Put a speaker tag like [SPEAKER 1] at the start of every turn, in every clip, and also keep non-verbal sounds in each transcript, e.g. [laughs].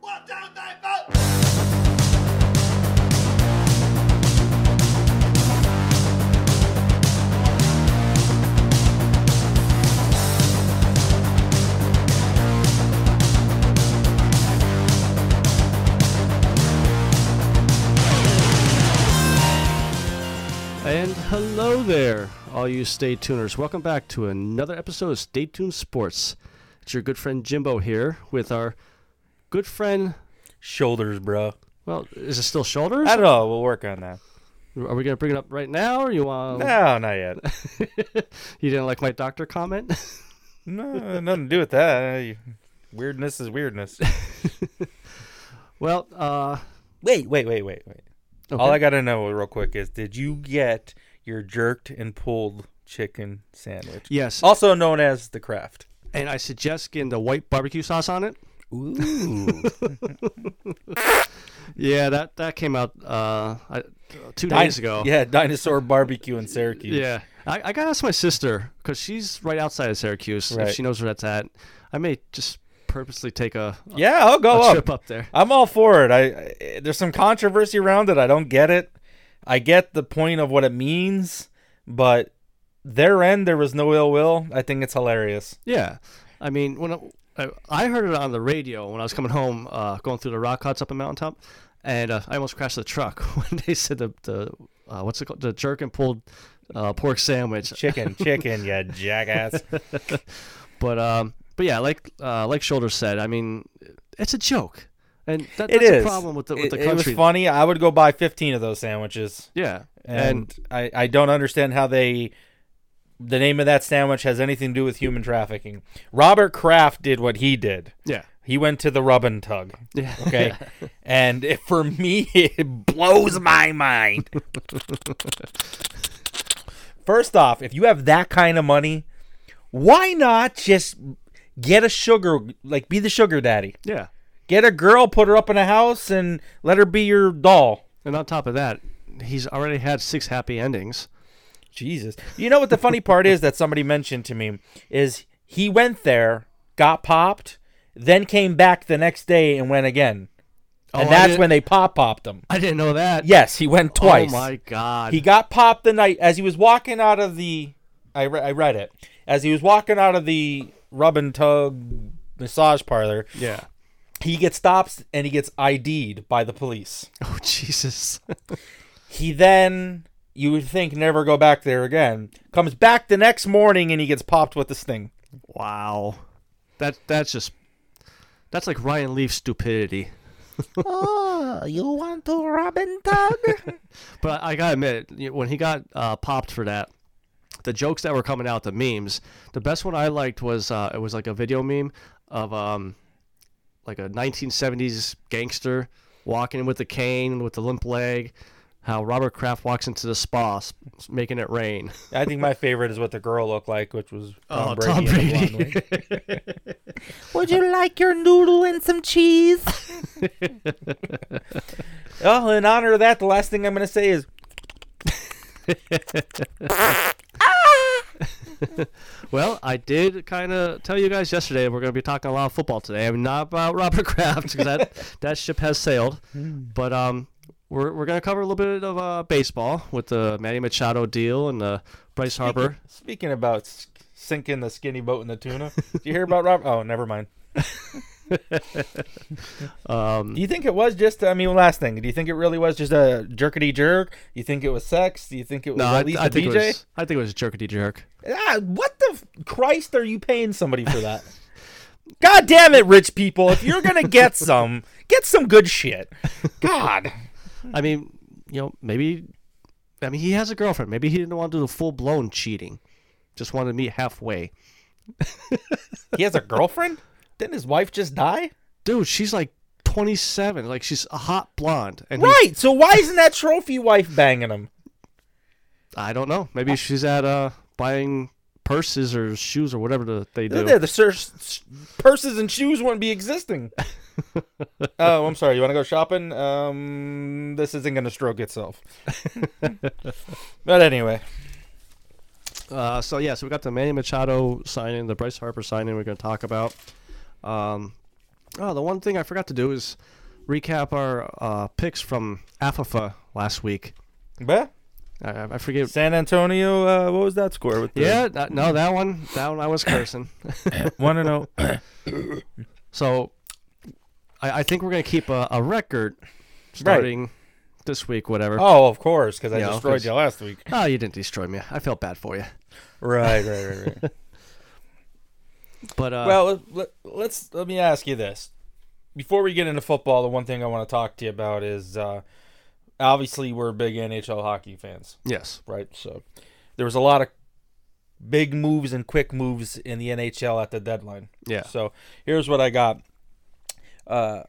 [SPEAKER 1] Put down that vote!
[SPEAKER 2] And hello there, all you stay tuners. Welcome back to another episode of Stay Tuned Sports. It's your good friend Jimbo here with our good friend.
[SPEAKER 3] Shoulders, bro.
[SPEAKER 2] Well, is it still shoulders?
[SPEAKER 3] I don't know. We'll work on that.
[SPEAKER 2] Are we gonna bring it up right now, or you want?
[SPEAKER 3] No, not yet.
[SPEAKER 2] You didn't like my doctor comment? [laughs]
[SPEAKER 3] No, [laughs] nothing to do with that. Uh, you- Weirdness is weirdness.
[SPEAKER 2] well, uh,
[SPEAKER 3] Wait, wait, wait, wait, wait. All
[SPEAKER 2] okay.
[SPEAKER 3] I gotta know real quick is, did you get your jerked and pulled chicken sandwich,
[SPEAKER 2] yes,
[SPEAKER 3] also known as the craft?
[SPEAKER 2] and I suggest getting the white barbecue sauce on it.
[SPEAKER 3] Ooh,
[SPEAKER 2] Yeah, that that came out uh, I, two [laughs] days ago.
[SPEAKER 3] Yeah, dinosaur barbecue in Syracuse.
[SPEAKER 2] Yeah. I, I gotta ask my sister because she's right outside of Syracuse.
[SPEAKER 3] Right.
[SPEAKER 2] If she knows where that's at, I may just purposely take a, a
[SPEAKER 3] yeah, I'll go up.
[SPEAKER 2] trip up there.
[SPEAKER 3] I'm all for it. I, I there's some controversy around it. I don't get it. I get the point of what it means, but their end there was no ill will. I think it's hilarious.
[SPEAKER 2] Yeah, I mean when I, I, I heard it on the radio when I was coming home, uh, going through the rock huts up in mountaintop, and uh, I almost crashed the truck [laughs] when they said the the uh, what's it called the jerk and pulled uh, pork sandwich. [laughs]
[SPEAKER 3] Chicken, chicken, you jackass.
[SPEAKER 2] But um, but yeah, like uh, like Shoulder said, I mean it's a joke, and that,
[SPEAKER 3] It
[SPEAKER 2] that's
[SPEAKER 3] is
[SPEAKER 2] a problem with the with
[SPEAKER 3] it,
[SPEAKER 2] the
[SPEAKER 3] it was
[SPEAKER 2] country.
[SPEAKER 3] funny. I would go buy 15 of those sandwiches,
[SPEAKER 2] Yeah,
[SPEAKER 3] and, I, I don't understand how they. The name of that sandwich has anything to do with human trafficking. Robert Kraft did what he did.
[SPEAKER 2] yeah,
[SPEAKER 3] He went to the rub and tug.
[SPEAKER 2] [laughs] yeah.
[SPEAKER 3] Okay. and it- for me, it blows my mind. First off, if you have that kind of money, why not just get a sugar, like be the sugar daddy?
[SPEAKER 2] Yeah.
[SPEAKER 3] Get a girl, put her up in a house, and let her be your doll.
[SPEAKER 2] And on top of that, he's already had six happy endings.
[SPEAKER 3] Jesus. You know what the funny part is that somebody mentioned to me is he went there, got popped, then came back the next day and went again. And
[SPEAKER 2] Oh, I
[SPEAKER 3] that's
[SPEAKER 2] didn't-
[SPEAKER 3] when they pop popped him.
[SPEAKER 2] I didn't know that.
[SPEAKER 3] Yes, he went twice.
[SPEAKER 2] Oh my god.
[SPEAKER 3] He got popped the night as he was walking out of the. I, re- I read it as he was walking out of the rub and tug massage parlor. [laughs]
[SPEAKER 2] yeah.
[SPEAKER 3] He gets stopped and he gets ID'd by the police.
[SPEAKER 2] Oh Jesus.
[SPEAKER 3] He then you would think never go back there again. Comes back the next morning and he gets popped with this thing.
[SPEAKER 2] wow. That that's just that's like Ryan Leaf stupidity.
[SPEAKER 3] oh, you want to rub and [laughs] tug?
[SPEAKER 2] But I gotta admit, you- when he got uh, popped for that, the jokes that were coming out, the memes. The best one I liked was uh, it was like a video meme of um, like a 1970s gangster walking with a cane with a limp leg. How Robert Kraft walks into the spa, s- making it rain.
[SPEAKER 3] I think my favorite is what the girl looked like, which was Tom
[SPEAKER 2] Oh,
[SPEAKER 3] Brady.
[SPEAKER 2] Tom
[SPEAKER 3] and the
[SPEAKER 2] Brady.
[SPEAKER 3] blonde wig. [laughs] Would you like your noodle and some cheese? [laughs] well, in honor of that, the last thing I'm going to say is
[SPEAKER 2] Well, I did kind of tell you guys yesterday we're going to be talking a lot of football today. I'm not about [laughs] Robert Kraft because that, that ship has sailed. But um, we're, we're going to cover a little bit of uh, baseball with the Manny Machado deal and the Bryce Harper.
[SPEAKER 3] speaking about s- sinking the skinny boat in the tuna. Did you hear about Rob? Oh, never mind.
[SPEAKER 2] Um,
[SPEAKER 3] Do you think it was just? I mean, last thing. Do you think it really was just a jerkity jerk? Do you think it was sex? Do you think it was
[SPEAKER 2] no, I,
[SPEAKER 3] at least
[SPEAKER 2] I
[SPEAKER 3] a
[SPEAKER 2] think
[SPEAKER 3] BJ?
[SPEAKER 2] it was I think it was jerkity jerk.
[SPEAKER 3] Ah, what the f- Christ are you paying somebody for that? [laughs] God damn it, rich people! If you're gonna get [laughs] some, get some good shit. God.
[SPEAKER 2] I mean, you know, maybe I mean he has a girlfriend. Maybe he didn't want to do the full blown cheating. Just wanted to meet halfway.
[SPEAKER 3] He has a girlfriend? Didn't his wife just die?
[SPEAKER 2] Dude, she's like 27. Like she's a hot blonde. And he-
[SPEAKER 3] Right. So why isn't that trophy wife banging him?
[SPEAKER 2] I don't know. Maybe she's at uh buying purses or shoes or whatever the, they do.
[SPEAKER 3] The, the sur- s- purses and shoes wouldn't be [laughs] existing. oh, I'm sorry. You want to go shopping? Um, this isn't going to stroke [laughs] itself. but anyway,
[SPEAKER 2] Uh, so yeah, so we got the Manny Machado signing, the Bryce Harper signing. We're going to talk about. Um, Oh, the one thing I forgot to do is recap our uh, picks from AFFA last week.
[SPEAKER 3] But
[SPEAKER 2] I, I forget.
[SPEAKER 3] San Antonio, uh, what was that score? With the
[SPEAKER 2] Yeah, that, no, that one, that one I was cursing. [coughs]
[SPEAKER 3] one and oh? zero.
[SPEAKER 2] So I, I think we're gonna keep a, a record starting this week, whatever. Oh.
[SPEAKER 3] Oh, of course, because I
[SPEAKER 2] Yeah,
[SPEAKER 3] destroyed
[SPEAKER 2] 'cause-
[SPEAKER 3] you last week.
[SPEAKER 2] you didn't destroy me. I felt bad for you.
[SPEAKER 3] [laughs] Right, right, right, right.
[SPEAKER 2] But uh,
[SPEAKER 3] [laughs] well, let- let, let's let me ask you this. Before we get into football, the one thing I want to talk to you about is uh, obviously we're big NHL hockey fans,
[SPEAKER 2] yes,
[SPEAKER 3] right? So there was a lot of big moves and quick moves in the NHL at the deadline.
[SPEAKER 2] yeah,
[SPEAKER 3] So here's what I got. Uh,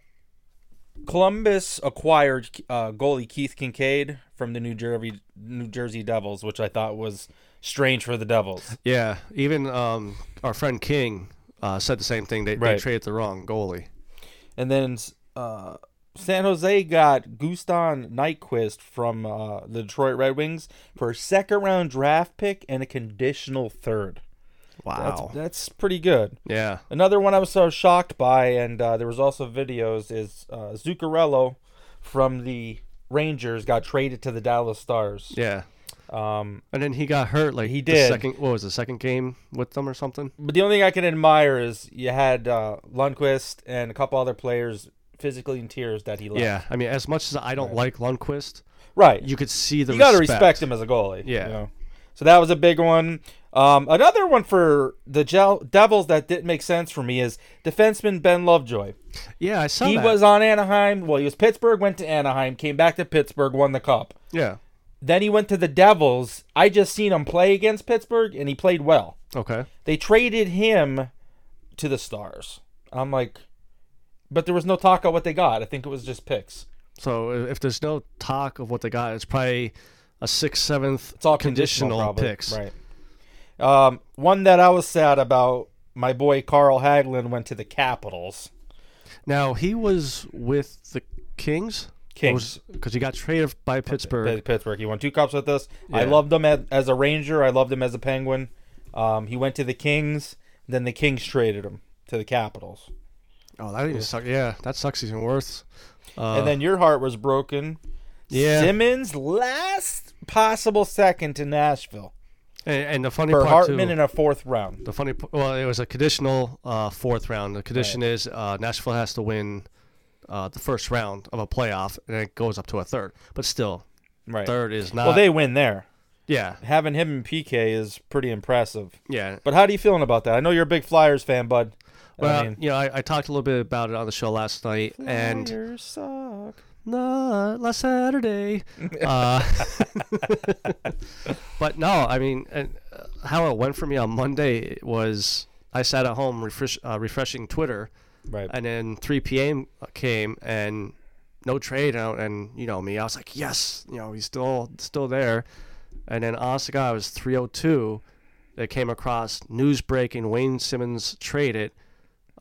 [SPEAKER 3] Columbus acquired uh, goalie Keith Kincaid from the New Jersey New Jersey Devils, which I thought was strange for the Devils.
[SPEAKER 2] yeah. Even um, our friend King uh, said the same thing. They, they
[SPEAKER 3] Right.
[SPEAKER 2] traded the wrong goalie.
[SPEAKER 3] And then uh, San Jose got Guston Nyquist from uh, the Detroit Red Wings for a second round draft pick and a conditional third. That's,
[SPEAKER 2] Wow.
[SPEAKER 3] that's pretty good.
[SPEAKER 2] yeah.
[SPEAKER 3] Another one I was so shocked by, and uh, there was also videos, is uh, Zuccarello from the Rangers got traded to the Dallas Stars.
[SPEAKER 2] Yeah.
[SPEAKER 3] Um,
[SPEAKER 2] And then he got hurt. Like
[SPEAKER 3] He
[SPEAKER 2] the
[SPEAKER 3] did.
[SPEAKER 2] second, what was the second game with them or something?
[SPEAKER 3] but the only thing I can admire is you had uh, Lundqvist and a couple other players physically in tears that he left.
[SPEAKER 2] Yeah. I mean, as much as I don't like Lundqvist,
[SPEAKER 3] Right. You,
[SPEAKER 2] you could see the.
[SPEAKER 3] got to respect him as a goalie.
[SPEAKER 2] Yeah.
[SPEAKER 3] you know. So that was a big one. Um, another one for the Gel- Devils that didn't make sense for me is defenseman Ben Lovejoy.
[SPEAKER 2] Yeah, I saw
[SPEAKER 3] He
[SPEAKER 2] that.
[SPEAKER 3] was on Anaheim. Well, he was Pittsburgh, went to Anaheim, came back to Pittsburgh, won the cup.
[SPEAKER 2] Yeah.
[SPEAKER 3] Then he went to the Devils. I just seen him play against Pittsburgh, and he played well.
[SPEAKER 2] Okay.
[SPEAKER 3] They traded him to the Stars. I'm like, but there was no talk of what they got. I think it was just picks.
[SPEAKER 2] So i- if there's no talk of what they got, it's probably a sixth, seventh
[SPEAKER 3] It's all
[SPEAKER 2] conditional,
[SPEAKER 3] conditional, probably.
[SPEAKER 2] picks.
[SPEAKER 3] Right. Um, one that I was sad about. My boy Carl Hagelin went to the Capitals.
[SPEAKER 2] Now he was with the Kings.
[SPEAKER 3] Kings.
[SPEAKER 2] because he got traded by Pittsburgh.
[SPEAKER 3] Pit- Pittsburgh. He won two cups with us. I
[SPEAKER 2] Yeah.
[SPEAKER 3] loved him as, as a Ranger. I loved him as a Penguin. Um, he went to the Kings. Then the Kings traded him to the Capitals.
[SPEAKER 2] Oh, that even sucks. Yeah, that sucks even worse. Uh,
[SPEAKER 3] and then your heart was broken.
[SPEAKER 2] yeah,
[SPEAKER 3] Simmons last possible second to Nashville
[SPEAKER 2] and, and the funny
[SPEAKER 3] for
[SPEAKER 2] part too.
[SPEAKER 3] Hartman in a fourth round.
[SPEAKER 2] the funny, p- well, it was a conditional uh, fourth round. The condition is uh, Nashville has to win uh, the first round of a playoff, and it goes up to a third. But still,
[SPEAKER 3] Right.
[SPEAKER 2] third is not.
[SPEAKER 3] Well, they win there.
[SPEAKER 2] yeah,
[SPEAKER 3] Having him in PK is pretty impressive.
[SPEAKER 2] yeah.
[SPEAKER 3] But how do you feeling about that? I know you're a big Flyers fan, bud.
[SPEAKER 2] Well,
[SPEAKER 3] I mean,
[SPEAKER 2] you know, I, I talked a little bit about it on the show last night, and
[SPEAKER 3] Flyers suck.
[SPEAKER 2] not last
[SPEAKER 3] [laughs]
[SPEAKER 2] Saturday. uh, [laughs] but no, I mean, and uh, how it went for me on Monday was I sat at home refresh, uh, refreshing Twitter,
[SPEAKER 3] Right.
[SPEAKER 2] and then 3 p.m. came and no trade out, and you know me, I was like, yes, you know, he's still still there. And then honest to God, it was 302 that came across news breaking Wayne Simmons traded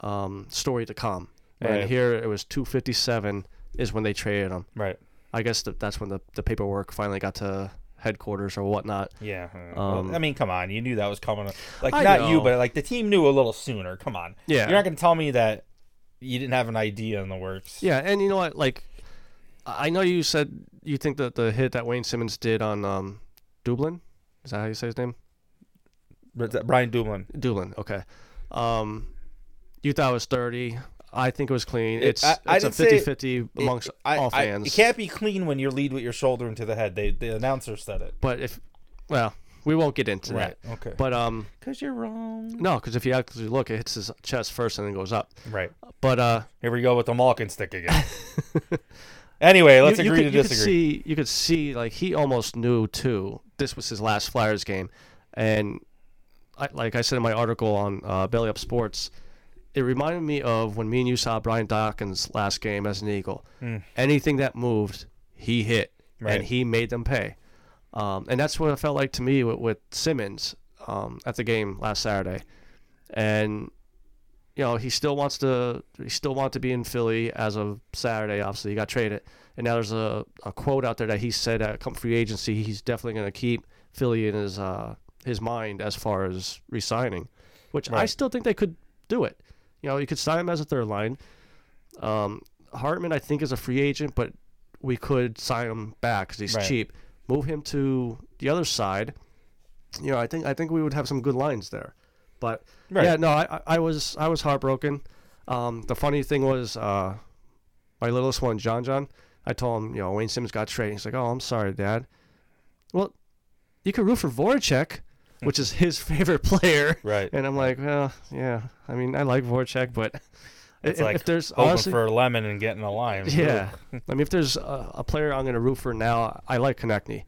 [SPEAKER 2] um, story to come.
[SPEAKER 3] Right.
[SPEAKER 2] And here it was 257 is when they traded him.
[SPEAKER 3] Right.
[SPEAKER 2] I guess that that's when the, the paperwork finally got to headquarters or whatnot.
[SPEAKER 3] Yeah. uh,
[SPEAKER 2] Um,
[SPEAKER 3] I mean, come on. You knew that was coming. Like,
[SPEAKER 2] I
[SPEAKER 3] not you,
[SPEAKER 2] know.
[SPEAKER 3] but like the team knew a little sooner. Come on.
[SPEAKER 2] Yeah.
[SPEAKER 3] You're not going to tell me that you didn't have an idea in the works.
[SPEAKER 2] Yeah, and you know what? Like, I I know you said you think that the hit that Wayne Simmons did on um, Dublin, is that how you say his name?
[SPEAKER 3] But that Brian Dublin.
[SPEAKER 2] Dublin. Okay. Um, you thought it was thirty. I think it was clean.
[SPEAKER 3] It-
[SPEAKER 2] It's
[SPEAKER 3] I- I
[SPEAKER 2] it's a
[SPEAKER 3] didn't say-
[SPEAKER 2] 50-50 amongst
[SPEAKER 3] I-
[SPEAKER 2] all
[SPEAKER 3] I-
[SPEAKER 2] fans.
[SPEAKER 3] it can't be clean when you lead with your shoulder into the head. They, the announcer said it.
[SPEAKER 2] But if, well, we won't get into that.
[SPEAKER 3] Okay.
[SPEAKER 2] But um,
[SPEAKER 3] Because you're wrong.
[SPEAKER 2] no, because if you actually look, it hits his chest first and then goes up.
[SPEAKER 3] Right.
[SPEAKER 2] But uh,
[SPEAKER 3] Here we go with the Malkin stick again. [laughs] anyway, let's
[SPEAKER 2] you, you
[SPEAKER 3] agree
[SPEAKER 2] could,
[SPEAKER 3] to
[SPEAKER 2] you could
[SPEAKER 3] disagree.
[SPEAKER 2] see you could see like he almost knew too. This was his last Flyers game, and I, like I said in my article on uh, Belly Up Sports, it reminded me of when me and you saw Brian Dawkins last game as an Eagle. Anything that moved, he hit,
[SPEAKER 3] Right.
[SPEAKER 2] and he made them pay. Um, and that's what it felt like to me with, with Simmons um, at the game last Saturday, and you know he still wants to he still wanted to be in Philly as of Saturday. Obviously, he got traded, and now there's a, a quote out there that he said at come free agency he's definitely going to keep Philly in his uh, his mind as far as resigning, which I
[SPEAKER 3] Right.
[SPEAKER 2] still think they could do it. You know, you could sign him as a third line, Um, Hartman, I think, is a free agent, but we could sign him back because he's
[SPEAKER 3] Right.
[SPEAKER 2] cheap. Move him to the other side. You know, I think I think we would have some good lines there. But
[SPEAKER 3] Right.
[SPEAKER 2] yeah, no, I, I- I was I was heartbroken. Um, the funny thing was, uh, my littlest one, John John, I told him, you know, Wayne Simmons got traded. He's like, oh, I'm sorry, Dad. Well, you could root for Voracek,
[SPEAKER 3] Hmm.
[SPEAKER 2] which is his [laughs] favorite player.
[SPEAKER 3] Right.
[SPEAKER 2] And I'm like, well, yeah. I mean, I like Voracek, but
[SPEAKER 3] [laughs] It's
[SPEAKER 2] if,
[SPEAKER 3] like
[SPEAKER 2] if there's
[SPEAKER 3] Hoping
[SPEAKER 2] honestly,
[SPEAKER 3] for a lemon and getting a lime.
[SPEAKER 2] yeah. I mean, if there's a, a player I'm going to root for now, I like Konechny.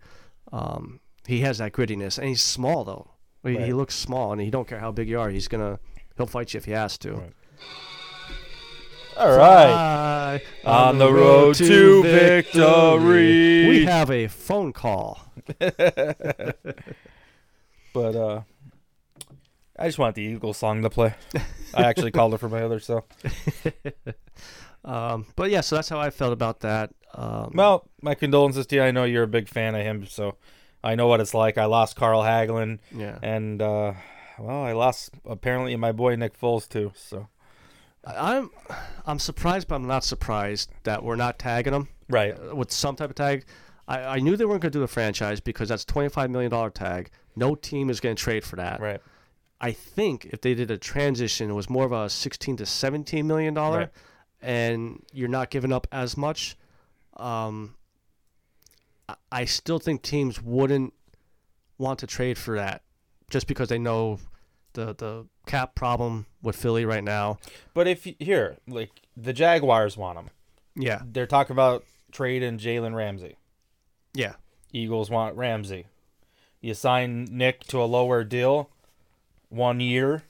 [SPEAKER 2] Um, he has that grittiness, and he's small though. He, he
[SPEAKER 3] Right.
[SPEAKER 2] looks small, and he don't care how big you are. He's gonna he'll fight you if he has to.
[SPEAKER 3] Right. All right.
[SPEAKER 2] Fly
[SPEAKER 3] On the road to victory.
[SPEAKER 2] We have a phone call.
[SPEAKER 3] But uh I just want the Eagles song to [laughs] play. I actually called it for my other so.
[SPEAKER 2] Um, but yeah, so that's how I felt about that. Um,
[SPEAKER 3] Well, my condolences to you. I know you're a big fan of him, so I know what it's like. I lost Carl Hagelin
[SPEAKER 2] yeah,
[SPEAKER 3] and uh well, I lost apparently my boy Nick Foles too, so
[SPEAKER 2] I- I'm I'm surprised, but I'm not surprised that we're not tagging him.
[SPEAKER 3] Right.
[SPEAKER 2] with some type of tag. I, I knew they weren't going to do the franchise because that's twenty five million dollar tag. No team is going to trade for that.
[SPEAKER 3] Right.
[SPEAKER 2] I think if they did a transition, it was more of a sixteen to seventeen million dollar,
[SPEAKER 3] Right.
[SPEAKER 2] and you're not giving up as much. Um, I- I still think teams wouldn't want to trade for that just because they know the the cap problem with Philly right now.
[SPEAKER 3] But if you, here, like the Jaguars want him.
[SPEAKER 2] Yeah,
[SPEAKER 3] They're talking about trading Jalen Ramsey.
[SPEAKER 2] yeah,
[SPEAKER 3] Eagles want Ramsey. You sign Nick to a lower deal, one year,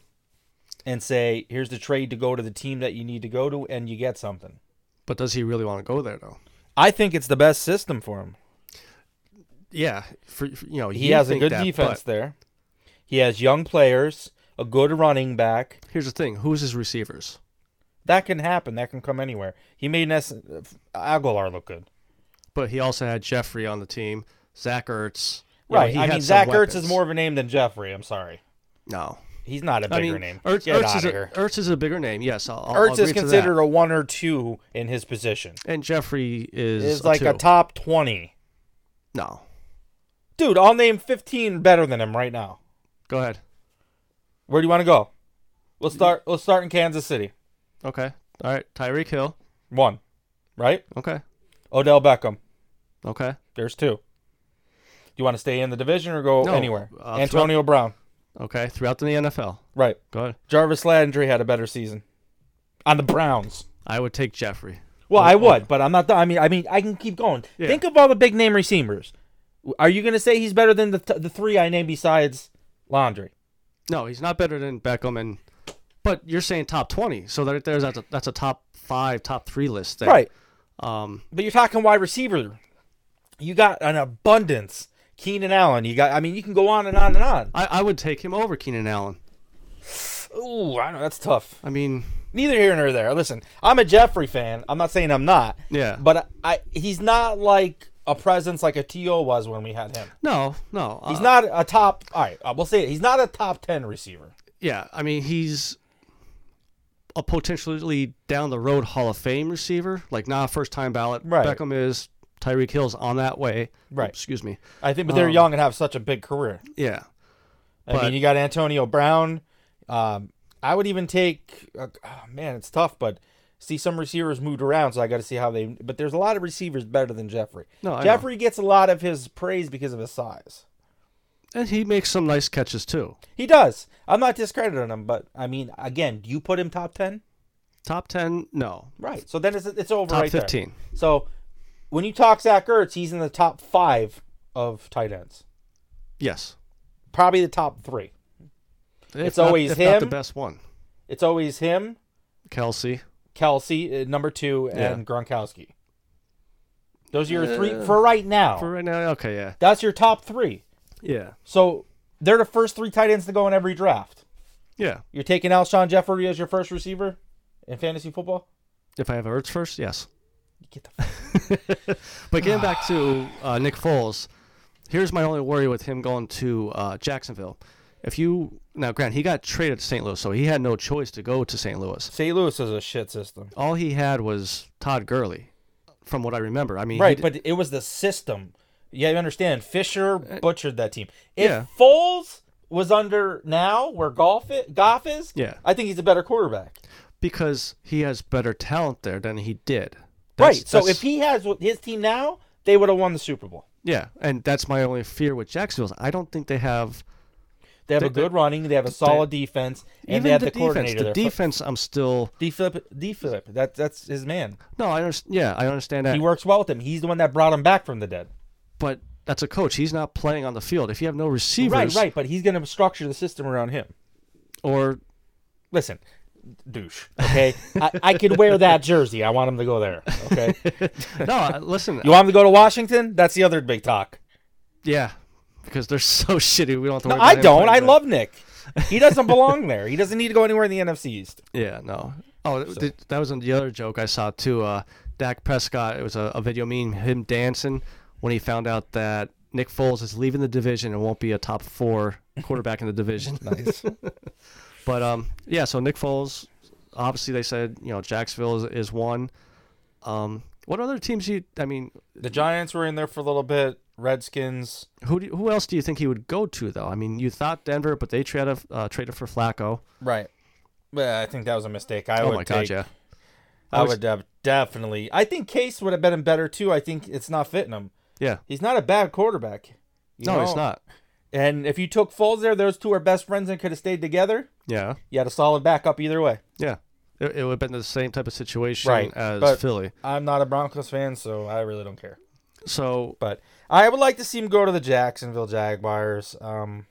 [SPEAKER 3] and say, here's the trade to go to the team that you need to go to, and you get something.
[SPEAKER 2] but does he really want to go there though?
[SPEAKER 3] I think it's the best system for him.
[SPEAKER 2] Yeah, for, for- you know
[SPEAKER 3] He
[SPEAKER 2] you
[SPEAKER 3] has a
[SPEAKER 2] think
[SPEAKER 3] good
[SPEAKER 2] that,
[SPEAKER 3] defense
[SPEAKER 2] but-
[SPEAKER 3] there. He has young players, a good running back.
[SPEAKER 2] Here's the thing: who's his receivers?
[SPEAKER 3] That can happen. That can come anywhere. He made Ness- uh, Aguilar look good.
[SPEAKER 2] But he also had Jeffrey on the team, Zach Ertz. You know,
[SPEAKER 3] Right.
[SPEAKER 2] he
[SPEAKER 3] I
[SPEAKER 2] had
[SPEAKER 3] mean,
[SPEAKER 2] some
[SPEAKER 3] Zach Ertz is
[SPEAKER 2] weapons.
[SPEAKER 3] more of a name than Jeffrey. I'm sorry.
[SPEAKER 2] No,
[SPEAKER 3] He's not a bigger
[SPEAKER 2] I mean,
[SPEAKER 3] name.
[SPEAKER 2] Ertz,
[SPEAKER 3] Get
[SPEAKER 2] Ertz
[SPEAKER 3] out
[SPEAKER 2] is
[SPEAKER 3] of
[SPEAKER 2] a,
[SPEAKER 3] here.
[SPEAKER 2] Ertz is a bigger name. Yes, I'll, I'll
[SPEAKER 3] Ertz
[SPEAKER 2] agree
[SPEAKER 3] is
[SPEAKER 2] to that.
[SPEAKER 3] considered a one or two in his position.
[SPEAKER 2] and Jeffrey is,
[SPEAKER 3] is like a
[SPEAKER 2] two.
[SPEAKER 3] top 20.
[SPEAKER 2] No,
[SPEAKER 3] Dude, I'll name 15 better than him right now.
[SPEAKER 2] go ahead.
[SPEAKER 3] Where do you want to go? We'll start we'll start in Kansas City.
[SPEAKER 2] Okay, all right. Tyreek Hill.
[SPEAKER 3] One. Right?
[SPEAKER 2] Okay,
[SPEAKER 3] Odell Beckham.
[SPEAKER 2] okay.
[SPEAKER 3] There's two. Do you want to stay in the division or go
[SPEAKER 2] No,
[SPEAKER 3] anywhere?
[SPEAKER 2] uh,
[SPEAKER 3] Antonio Brown.
[SPEAKER 2] Okay, throughout the NFL.
[SPEAKER 3] Right.
[SPEAKER 2] Go ahead.
[SPEAKER 3] Jarvis Landry had a better season. On the Browns.
[SPEAKER 2] I would take Jeffrey.
[SPEAKER 3] Well, I would, but I'm not done. I mean, I mean, I can keep going.
[SPEAKER 2] Oh, Yeah.
[SPEAKER 3] Think of all the big name receivers. Are you going to say he's better than the th- the three I named besides Landry?
[SPEAKER 2] No, he's not better than Beckham and. But you're saying top twenty, so that there's that's a, that's a top five, top three list. There.
[SPEAKER 3] Right.
[SPEAKER 2] Um.
[SPEAKER 3] But you're talking wide receiver. You got an abundance. Keenan Allen. You got. I mean, you can go on and on and on.
[SPEAKER 2] I, I would take him over Keenan Allen.
[SPEAKER 3] Ooh, I know that's tough.
[SPEAKER 2] I mean,
[SPEAKER 3] Neither here nor there. Listen, I'm a Jeffrey fan. I'm not saying I'm not.
[SPEAKER 2] Yeah.
[SPEAKER 3] But I, I he's not like a presence like a To was when we had him.
[SPEAKER 2] no, no.
[SPEAKER 3] He's
[SPEAKER 2] uh,
[SPEAKER 3] not a top. All right, uh, we'll say it. He's not a top ten receiver.
[SPEAKER 2] Yeah, I mean, he's a potentially down the road Hall of Fame receiver, like not a first time ballot.
[SPEAKER 3] Right.
[SPEAKER 2] Beckham is. Tyreek Hill's on that way.
[SPEAKER 3] Right.
[SPEAKER 2] Excuse me.
[SPEAKER 3] I think, but
[SPEAKER 2] Um.
[SPEAKER 3] they're young and have such a big career.
[SPEAKER 2] Yeah.
[SPEAKER 3] I
[SPEAKER 2] But-
[SPEAKER 3] mean, you got Antonio Brown. Um, I would even take. Uh, oh, man, it's tough, but see some receivers moved around, so I got to see how they. But there's a lot of receivers better than Jeffrey.
[SPEAKER 2] No, I know.
[SPEAKER 3] Jeffrey gets a lot of his praise because of his size.
[SPEAKER 2] And he makes some nice catches too.
[SPEAKER 3] He does. I'm not discrediting him, but I mean, again, do you put him top ten?
[SPEAKER 2] Top 10, no.
[SPEAKER 3] Right. So then it's it's over.
[SPEAKER 2] Top
[SPEAKER 3] right there.
[SPEAKER 2] 15.
[SPEAKER 3] So when you talk Zach Ertz, he's in the top five of tight ends.
[SPEAKER 2] Yes.
[SPEAKER 3] Probably the top three.
[SPEAKER 2] If
[SPEAKER 3] It's
[SPEAKER 2] not-
[SPEAKER 3] always
[SPEAKER 2] if not the
[SPEAKER 3] him.
[SPEAKER 2] best one.
[SPEAKER 3] It's always him,
[SPEAKER 2] Kelsey.
[SPEAKER 3] Kelsey, uh, number two, and
[SPEAKER 2] Yeah.
[SPEAKER 3] Gronkowski. Those are your three for right now.
[SPEAKER 2] For right now, okay, yeah.
[SPEAKER 3] That's your top three.
[SPEAKER 2] Yeah.
[SPEAKER 3] So they're the first three tight ends to go in every draft.
[SPEAKER 2] Yeah.
[SPEAKER 3] You're taking Alshon Jeffrey as your first receiver in fantasy football.
[SPEAKER 2] If I have Ertz first, yes. [laughs]
[SPEAKER 3] Get the f-
[SPEAKER 2] But getting back to uh, Nick Foles, here's my only worry with him going to uh, Jacksonville. if you now grant he got traded to St. Louis, so he had no choice to go to St. Louis.
[SPEAKER 3] St. Louis is a shit system.
[SPEAKER 2] All he had was Todd Gurley, from what I remember. I mean, he
[SPEAKER 3] Right,
[SPEAKER 2] d-
[SPEAKER 3] but it was the system. Yeah, you understand. Fisher butchered that team. If
[SPEAKER 2] yeah.
[SPEAKER 3] Foles was under now where golf it, Goff is,
[SPEAKER 2] Yeah.
[SPEAKER 3] I think he's a better quarterback.
[SPEAKER 2] because he has better talent there than he did.
[SPEAKER 3] right.
[SPEAKER 2] That's-
[SPEAKER 3] So
[SPEAKER 2] that's-
[SPEAKER 3] if he has what- his team now, they would have won the Super Bowl.
[SPEAKER 2] yeah, and that's my only fear with Jacksonville's. I don't think they have
[SPEAKER 3] They have a
[SPEAKER 2] they-
[SPEAKER 3] good running. They have a solid defense, and they have the,
[SPEAKER 2] defense.
[SPEAKER 3] coordinator.
[SPEAKER 2] The
[SPEAKER 3] there.
[SPEAKER 2] defense, I'm still
[SPEAKER 3] D Flip, D Flip. That that's his man.
[SPEAKER 2] no. I understand. Yeah, I understand that.
[SPEAKER 3] He works well with him. He's the one that brought him back from the dead.
[SPEAKER 2] but that's a coach. He's not playing on the field. If you have no
[SPEAKER 3] Right,
[SPEAKER 2] receivers
[SPEAKER 3] right. But he's going to structure the system around him. [laughs]
[SPEAKER 2] or
[SPEAKER 3] Listen, douche. Okay, [laughs] I, I could wear that jersey. I want him to go there. Okay,
[SPEAKER 2] no, I- listen,
[SPEAKER 3] [laughs] you want him to go to Washington? That's the other big talk.
[SPEAKER 2] yeah, because they're [laughs] so shitty. We don't. Have to worry about
[SPEAKER 3] I
[SPEAKER 2] him
[SPEAKER 3] don't.
[SPEAKER 2] playing
[SPEAKER 3] I
[SPEAKER 2] there.
[SPEAKER 3] love [laughs] Nick. He doesn't belong there. He doesn't need to go anywhere in the NFC East.
[SPEAKER 2] Yeah, no. Oh, th- th- that was the other joke I saw too. Uh, Dak Prescott. It was a, a video meme him dancing when he found out that Nick Foles is leaving the division and won't be a top four
[SPEAKER 3] [laughs]
[SPEAKER 2] quarterback in the division.
[SPEAKER 3] Nice.
[SPEAKER 2] But um, yeah. So Nick Foles. Obviously, they said you know Jacksonville is, is one. Um, what other teams? You, I mean,
[SPEAKER 3] the Giants were in there for a little bit. Redskins.
[SPEAKER 2] who do, you- who else do you think he would go to though? I mean, you thought Denver, but they traded uh, traded for Flacco.
[SPEAKER 3] Right. Well, I think that was a mistake. I
[SPEAKER 2] Oh
[SPEAKER 3] would
[SPEAKER 2] my god,
[SPEAKER 3] take-
[SPEAKER 2] yeah.
[SPEAKER 3] I,
[SPEAKER 2] I was-
[SPEAKER 3] would have definitely. I think Case would have been better too. I think it's not fitting him.
[SPEAKER 2] Yeah.
[SPEAKER 3] He's not a bad quarterback. you
[SPEAKER 2] No,
[SPEAKER 3] know?
[SPEAKER 2] it's not.
[SPEAKER 3] And if you took Foles there, those two are best friends and could have stayed together.
[SPEAKER 2] Yeah.
[SPEAKER 3] You had a solid backup either way.
[SPEAKER 2] Yeah. It, it would have been the same type of situation
[SPEAKER 3] Right,
[SPEAKER 2] as
[SPEAKER 3] but-
[SPEAKER 2] Philly.
[SPEAKER 3] I'm not a Broncos fan, so I really don't care.
[SPEAKER 2] So
[SPEAKER 3] But I would like to see him go to the Jacksonville Jaguars. Um,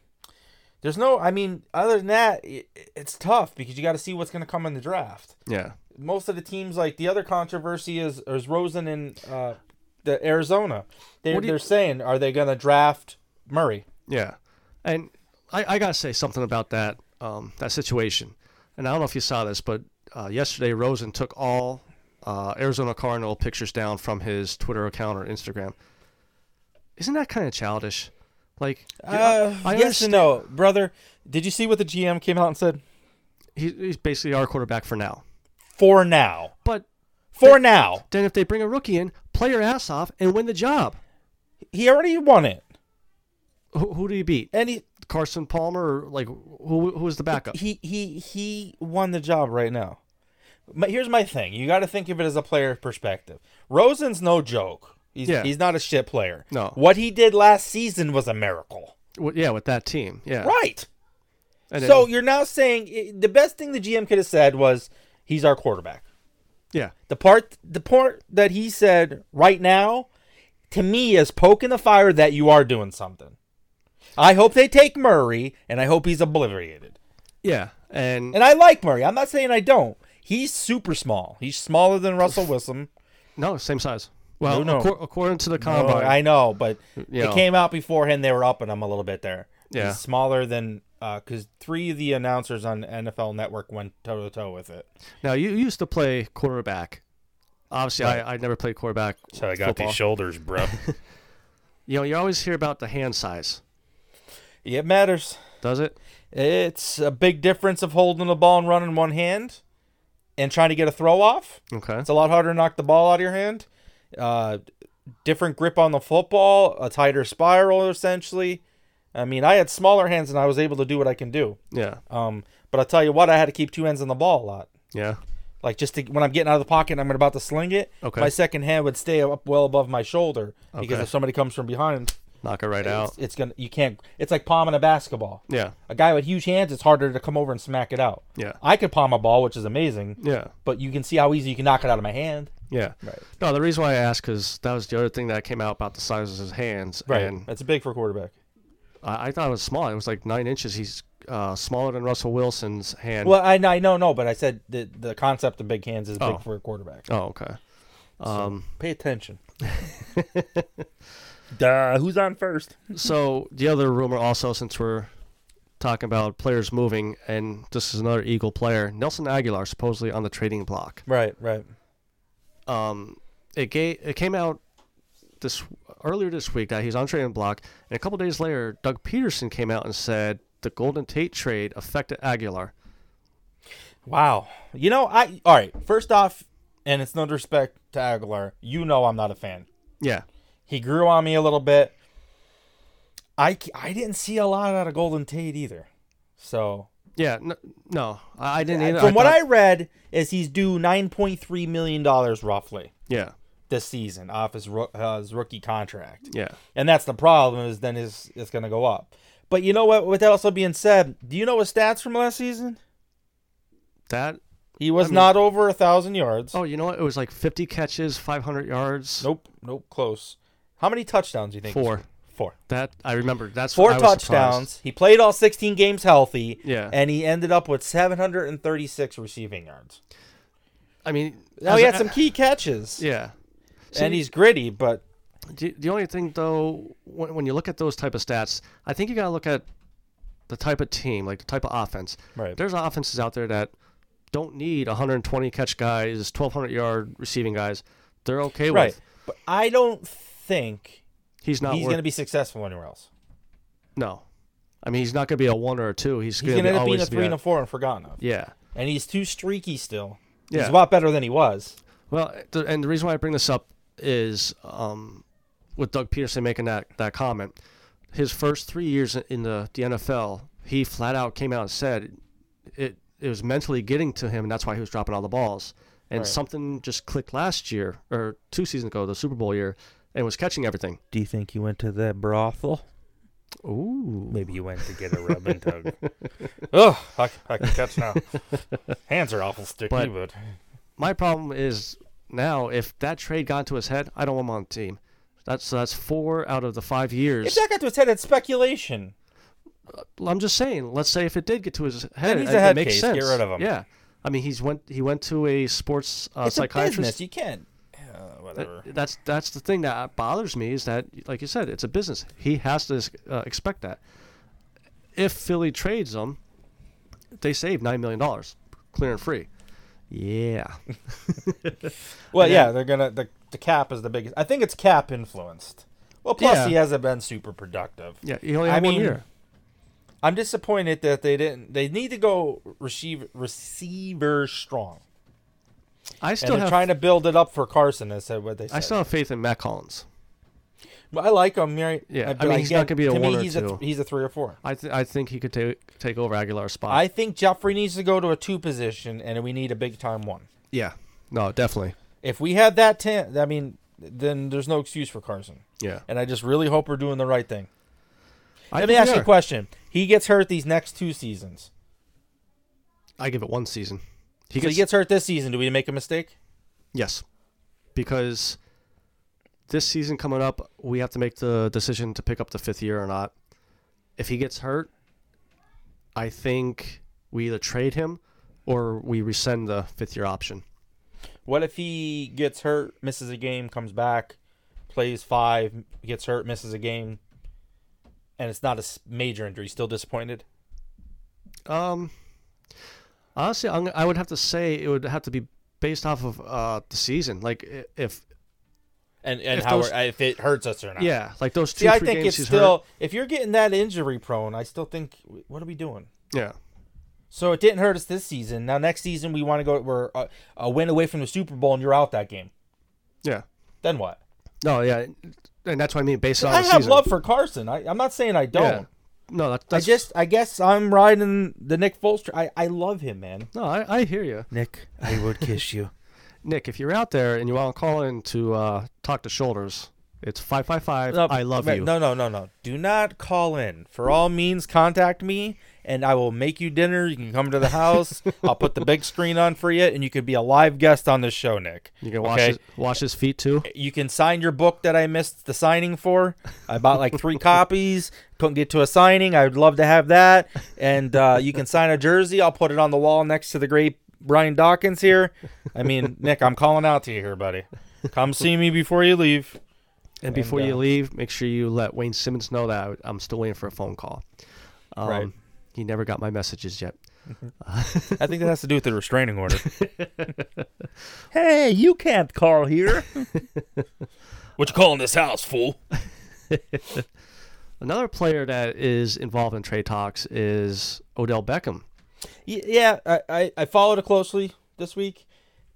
[SPEAKER 3] there's no, I mean, other than that, it, it's tough because you got to see what's going to come in the draft.
[SPEAKER 2] yeah,
[SPEAKER 3] most of the teams like the other controversy is is Rosen and uh, the Arizona. They
[SPEAKER 2] What do you-
[SPEAKER 3] they're saying are they going to draft Murray?
[SPEAKER 2] yeah, and I, I gotta say something about that um, that situation. And I don't know if you saw this, but uh, yesterday Rosen took all uh, Arizona Cardinal pictures down from his Twitter account or Instagram. Isn't that kind of childish? Like, I
[SPEAKER 3] Uh, yes
[SPEAKER 2] understand-
[SPEAKER 3] and no, brother. Did you see what the GM came out and said?
[SPEAKER 2] he, he's basically our quarterback for now.
[SPEAKER 3] For now,
[SPEAKER 2] But
[SPEAKER 3] for now,
[SPEAKER 2] then if they bring a rookie in, play your ass off and win the job.
[SPEAKER 3] he already won it,
[SPEAKER 2] Who, who do you beat?
[SPEAKER 3] and he
[SPEAKER 2] Carson Palmer or like who who is the backup?
[SPEAKER 3] he he he won the job right now. But here's my thing: you got to think of it as a player perspective. Rosen's no joke. He's,
[SPEAKER 2] Yeah.
[SPEAKER 3] he's not a shit player.
[SPEAKER 2] No.
[SPEAKER 3] What he did last season was a miracle.
[SPEAKER 2] Well, yeah, with that team. Yeah.
[SPEAKER 3] Right.
[SPEAKER 2] And
[SPEAKER 3] So
[SPEAKER 2] it-
[SPEAKER 3] you're now saying i- the best thing the GM could have said was he's our quarterback.
[SPEAKER 2] yeah.
[SPEAKER 3] The part the part that he said right now to me is poking the fire that you are doing something. I hope they take Murray and I hope he's obliterated.
[SPEAKER 2] Yeah. And
[SPEAKER 3] And I like Murray. I'm not saying I don't. He's super small. He's smaller than
[SPEAKER 2] [laughs]
[SPEAKER 3] Russell Wilson.
[SPEAKER 2] No, same size. Well,
[SPEAKER 3] No, no.
[SPEAKER 2] acco- according to the
[SPEAKER 3] Oh,
[SPEAKER 2] combine,
[SPEAKER 3] I know, but
[SPEAKER 2] Yeah.
[SPEAKER 3] it came out beforehand. They were upping him a little bit there.
[SPEAKER 2] Yeah.
[SPEAKER 3] He's smaller than because three of the announcers on NFL Network went toe to toe with it.
[SPEAKER 2] now you used to play quarterback. Obviously, I, I never played quarterback.
[SPEAKER 3] So I got
[SPEAKER 2] football.
[SPEAKER 3] these shoulders, bro. [laughs]
[SPEAKER 2] You know, you always hear about the hand size.
[SPEAKER 3] it matters.
[SPEAKER 2] Does it?
[SPEAKER 3] It's a big difference of holding the ball and running one hand and trying to get a throw off.
[SPEAKER 2] Okay.
[SPEAKER 3] It's a lot harder to knock the ball out of your hand. Uh, different grip on the football, a tighter spiral, essentially. I mean, I had smaller hands and I was able to do what I can do.
[SPEAKER 2] Yeah.
[SPEAKER 3] Um, but I'll tell you what, I had to keep two ends on the ball a lot.
[SPEAKER 2] Yeah.
[SPEAKER 3] Like just to, when I'm getting out of the pocket and I'm about to sling it,
[SPEAKER 2] Okay.
[SPEAKER 3] my second hand would stay up well above my shoulder because
[SPEAKER 2] Okay.
[SPEAKER 3] if somebody comes from behind,
[SPEAKER 2] Knock it right out.
[SPEAKER 3] it's, it's gonna you can't. It's like palming a basketball.
[SPEAKER 2] Yeah.
[SPEAKER 3] A guy with huge hands, it's harder to come over and smack it out.
[SPEAKER 2] Yeah.
[SPEAKER 3] I could palm a ball, which is amazing,
[SPEAKER 2] Yeah.
[SPEAKER 3] but you can see how easy you can knock it out of my hand.
[SPEAKER 2] Yeah.
[SPEAKER 3] Right.
[SPEAKER 2] No, the reason why I asked because that was the other thing that came out about the size of his hands. And
[SPEAKER 3] That's big for a quarterback.
[SPEAKER 2] I, I thought it was small. It was like nine inches. He's uh, smaller than Russell Wilson's hand.
[SPEAKER 3] Well, I, I know, no, but I said the, the concept of big hands is
[SPEAKER 2] Oh.
[SPEAKER 3] big for a quarterback.
[SPEAKER 2] oh, okay. Um,
[SPEAKER 3] Pay attention. [laughs] Duh, who's on first?
[SPEAKER 2] So the other rumor also, since we're talking about players moving, and this is another Eagle player, Nelson Aguilar, supposedly on the trading block.
[SPEAKER 3] Right, right.
[SPEAKER 2] Um, it gave, it came out this earlier this week that he's on trading block, and a couple days later, Doug Peterson came out and said the the Golden Tate trade affected Aguilar?
[SPEAKER 3] Wow. You know, I all right. First off, and it's no disrespect to Aguilar. You know, I'm not a fan.
[SPEAKER 2] Yeah,
[SPEAKER 3] He grew on me a little bit. I c- I didn't see a lot out of Golden Tate either. So
[SPEAKER 2] yeah, no, no I I didn't. either.
[SPEAKER 3] from what
[SPEAKER 2] thought-
[SPEAKER 3] I read, is he's due 9.3 million dollars roughly
[SPEAKER 2] yeah,
[SPEAKER 3] this season off his, roo- uh, his rookie contract.
[SPEAKER 2] yeah,
[SPEAKER 3] And that's the problem is then is it's going to go up. But you know what? With that also being said, do you know his stats from last season?
[SPEAKER 2] that.
[SPEAKER 3] He was
[SPEAKER 2] mean-
[SPEAKER 3] not over a thousand yards.
[SPEAKER 2] Oh, you know what? It was like 50 catches, 500 yards,
[SPEAKER 3] Nope, nope, close. How many touchdowns do you think?
[SPEAKER 2] four.
[SPEAKER 3] four,
[SPEAKER 2] That I remember. That's
[SPEAKER 3] four
[SPEAKER 2] I was
[SPEAKER 3] touchdowns. He played all 16 games healthy.
[SPEAKER 2] Yeah.
[SPEAKER 3] and he ended up with 736 receiving yards.
[SPEAKER 2] surprised. I mean,
[SPEAKER 3] Now
[SPEAKER 2] as
[SPEAKER 3] he
[SPEAKER 2] a-
[SPEAKER 3] had
[SPEAKER 2] [laughs]
[SPEAKER 3] some key catches,
[SPEAKER 2] Yeah,
[SPEAKER 3] and he's gritty, but
[SPEAKER 2] The the only thing though, when, when you look at those type of stats, I think you gotta look at the type of team, like the type of offense.
[SPEAKER 3] Right.
[SPEAKER 2] There's offenses out there that don't need 120 catch guys, 1,200 yard receiving guys. They're okay
[SPEAKER 3] right.
[SPEAKER 2] with.
[SPEAKER 3] But I don't think
[SPEAKER 2] He's not.
[SPEAKER 3] he's
[SPEAKER 2] worth,
[SPEAKER 3] going to be successful anywhere else.
[SPEAKER 2] no. I mean, he's not gonna be a one or a two.
[SPEAKER 3] He's
[SPEAKER 2] He's, gonna,
[SPEAKER 3] going to
[SPEAKER 2] be
[SPEAKER 3] end up being
[SPEAKER 2] always
[SPEAKER 3] a
[SPEAKER 2] be
[SPEAKER 3] three and a four and forgotten of.
[SPEAKER 2] Yeah.
[SPEAKER 3] And he's too streaky still. He's
[SPEAKER 2] Yeah.
[SPEAKER 3] a lot better than he was.
[SPEAKER 2] Well, the, and the reason why I bring this up is um, with Doug Peterson making that, that comment, his first three years in the, the NFL, he flat out came out and said it, it was mentally getting to him, and that's why he was dropping all the balls. And
[SPEAKER 3] Right.
[SPEAKER 2] something just clicked last year, or two seasons ago, the Super Bowl year, and was catching everything.
[SPEAKER 3] Do you think he went to the brothel?
[SPEAKER 2] Ooh.
[SPEAKER 3] Maybe you went to get a rub and
[SPEAKER 2] [laughs]
[SPEAKER 3] tug. oh, I, I can catch now. [laughs] Hands are awful sticky,
[SPEAKER 2] But-
[SPEAKER 3] but,
[SPEAKER 2] My problem is now, if that trade got into his head, I don't want him on the team. That's, so that's four out of the five years.
[SPEAKER 3] if that got to his head, it's speculation.
[SPEAKER 2] Well, I'm just saying. Let's say if it did get to his head,
[SPEAKER 3] he's
[SPEAKER 2] it,
[SPEAKER 3] a
[SPEAKER 2] it
[SPEAKER 3] head
[SPEAKER 2] makes
[SPEAKER 3] case.
[SPEAKER 2] sense.
[SPEAKER 3] Get rid of him.
[SPEAKER 2] Yeah, I mean, he's went. He went to a sports uh,
[SPEAKER 3] it's a business.
[SPEAKER 2] psychiatrist.
[SPEAKER 3] You can't. Uh, whatever.
[SPEAKER 2] That's that's the thing that bothers me is that, like you said, it's a business. He has to uh, expect that. If Philly trades him, they save nine million dollars, clear and free. Yeah,
[SPEAKER 3] Well,
[SPEAKER 2] Yeah.
[SPEAKER 3] yeah, they're gonna the, the cap is the biggest. I think it's cap influenced. Well, plus
[SPEAKER 2] Yeah.
[SPEAKER 3] he hasn't been super productive.
[SPEAKER 2] yeah. He only
[SPEAKER 3] I
[SPEAKER 2] had one
[SPEAKER 3] mean,
[SPEAKER 2] year.
[SPEAKER 3] I'm disappointed that they didn't. They need to go receive receiver strong,
[SPEAKER 2] I
[SPEAKER 3] and
[SPEAKER 2] still
[SPEAKER 3] they're
[SPEAKER 2] have.
[SPEAKER 3] trying to build it up for Carson. Is that what they said?
[SPEAKER 2] I still have faith in Matt Collins.
[SPEAKER 3] But I like him. Right?
[SPEAKER 2] Yeah,
[SPEAKER 3] but
[SPEAKER 2] I mean, he's not gonna be a
[SPEAKER 3] to me,
[SPEAKER 2] one or
[SPEAKER 3] he's a
[SPEAKER 2] two.
[SPEAKER 3] th- he's a three or four.
[SPEAKER 2] I th- I think he could take take over Aguilar's spot.
[SPEAKER 3] I think Jeffrey needs to go to a two position, and we need a big time one.
[SPEAKER 2] yeah. No, definitely.
[SPEAKER 3] If we had that ten, I mean, then there's no excuse for Carson.
[SPEAKER 2] Yeah.
[SPEAKER 3] And I just really hope we're doing the right thing.
[SPEAKER 2] I
[SPEAKER 3] Let
[SPEAKER 2] think
[SPEAKER 3] me
[SPEAKER 2] we
[SPEAKER 3] ask you
[SPEAKER 2] are.
[SPEAKER 3] a question. He gets hurt these next two seasons.
[SPEAKER 2] I give it one season. He
[SPEAKER 3] so he gets hurt this season. Do we make a mistake?
[SPEAKER 2] Yes, because this season coming up, we have to make the decision to pick up the fifth year or not. If he gets hurt, I think we either trade him or we rescind the fifth year option.
[SPEAKER 3] What if he gets hurt, misses a game, comes back, plays five, gets hurt, misses a game, and it's not a s- major injury? Still disappointed?
[SPEAKER 2] Um, honestly, I'm, I would have to say it would have to be based off of uh, the season. Like i- if
[SPEAKER 3] And and
[SPEAKER 2] If
[SPEAKER 3] how
[SPEAKER 2] those-
[SPEAKER 3] we're- if it hurts us or not?
[SPEAKER 2] yeah, like those two
[SPEAKER 3] See, I
[SPEAKER 2] three
[SPEAKER 3] think
[SPEAKER 2] games
[SPEAKER 3] it's
[SPEAKER 2] he's
[SPEAKER 3] still
[SPEAKER 2] hurt.
[SPEAKER 3] if you're getting that injury prone, I still think what are we doing?
[SPEAKER 2] Yeah,
[SPEAKER 3] So it didn't hurt us this season. Now next season we want to go. We're a, a win away from the Super Bowl, and you're out that game.
[SPEAKER 2] yeah.
[SPEAKER 3] Then what?
[SPEAKER 2] No, yeah, and that's what I mean. Based on
[SPEAKER 3] I
[SPEAKER 2] the
[SPEAKER 3] have
[SPEAKER 2] season.
[SPEAKER 3] love for Carson. I, I'm not saying I don't.
[SPEAKER 2] Yeah. No, that,
[SPEAKER 3] I
[SPEAKER 2] that's
[SPEAKER 3] just, I guess I'm riding the Nick Foles. tr- I, I love him, man.
[SPEAKER 2] no. I, I hear you.
[SPEAKER 3] Nick, I would kiss you.
[SPEAKER 2] Nick, if you're out there and you want to call in to uh, talk to shoulders, it's five five five. I love you.
[SPEAKER 3] [laughs] No, no, no, no. Do not call in. For all means, contact me, and I will make you dinner. You can come to the [laughs] house. I'll put the big screen on for you, and you could be a live guest on the show, Nick.
[SPEAKER 2] You can wash
[SPEAKER 3] Okay?
[SPEAKER 2] his, wash his feet too.
[SPEAKER 3] you can sign your book that I missed the signing for. I bought like [laughs] three copies. Couldn't get to a signing. I would love to have that. And uh, you can sign a jersey. I'll put it on the wall next to the great Brian Dawkins here. I mean, [laughs] Nick, I'm calling out to you here, buddy. Come see me before you leave.
[SPEAKER 2] And before you
[SPEAKER 3] uh,
[SPEAKER 2] leave, make sure you let Wayne Simmons know that I- I'm still waiting for a phone call. Um,
[SPEAKER 3] Right.
[SPEAKER 2] He never got my messages yet.
[SPEAKER 3] I think that has to do with the restraining order. [laughs] hey, you can't call [laughs] here. what you calling this house, fool?
[SPEAKER 2] Another player that is involved in trade talks is Odell Beckham.
[SPEAKER 3] Y- Yeah, I, I, I followed it closely this week,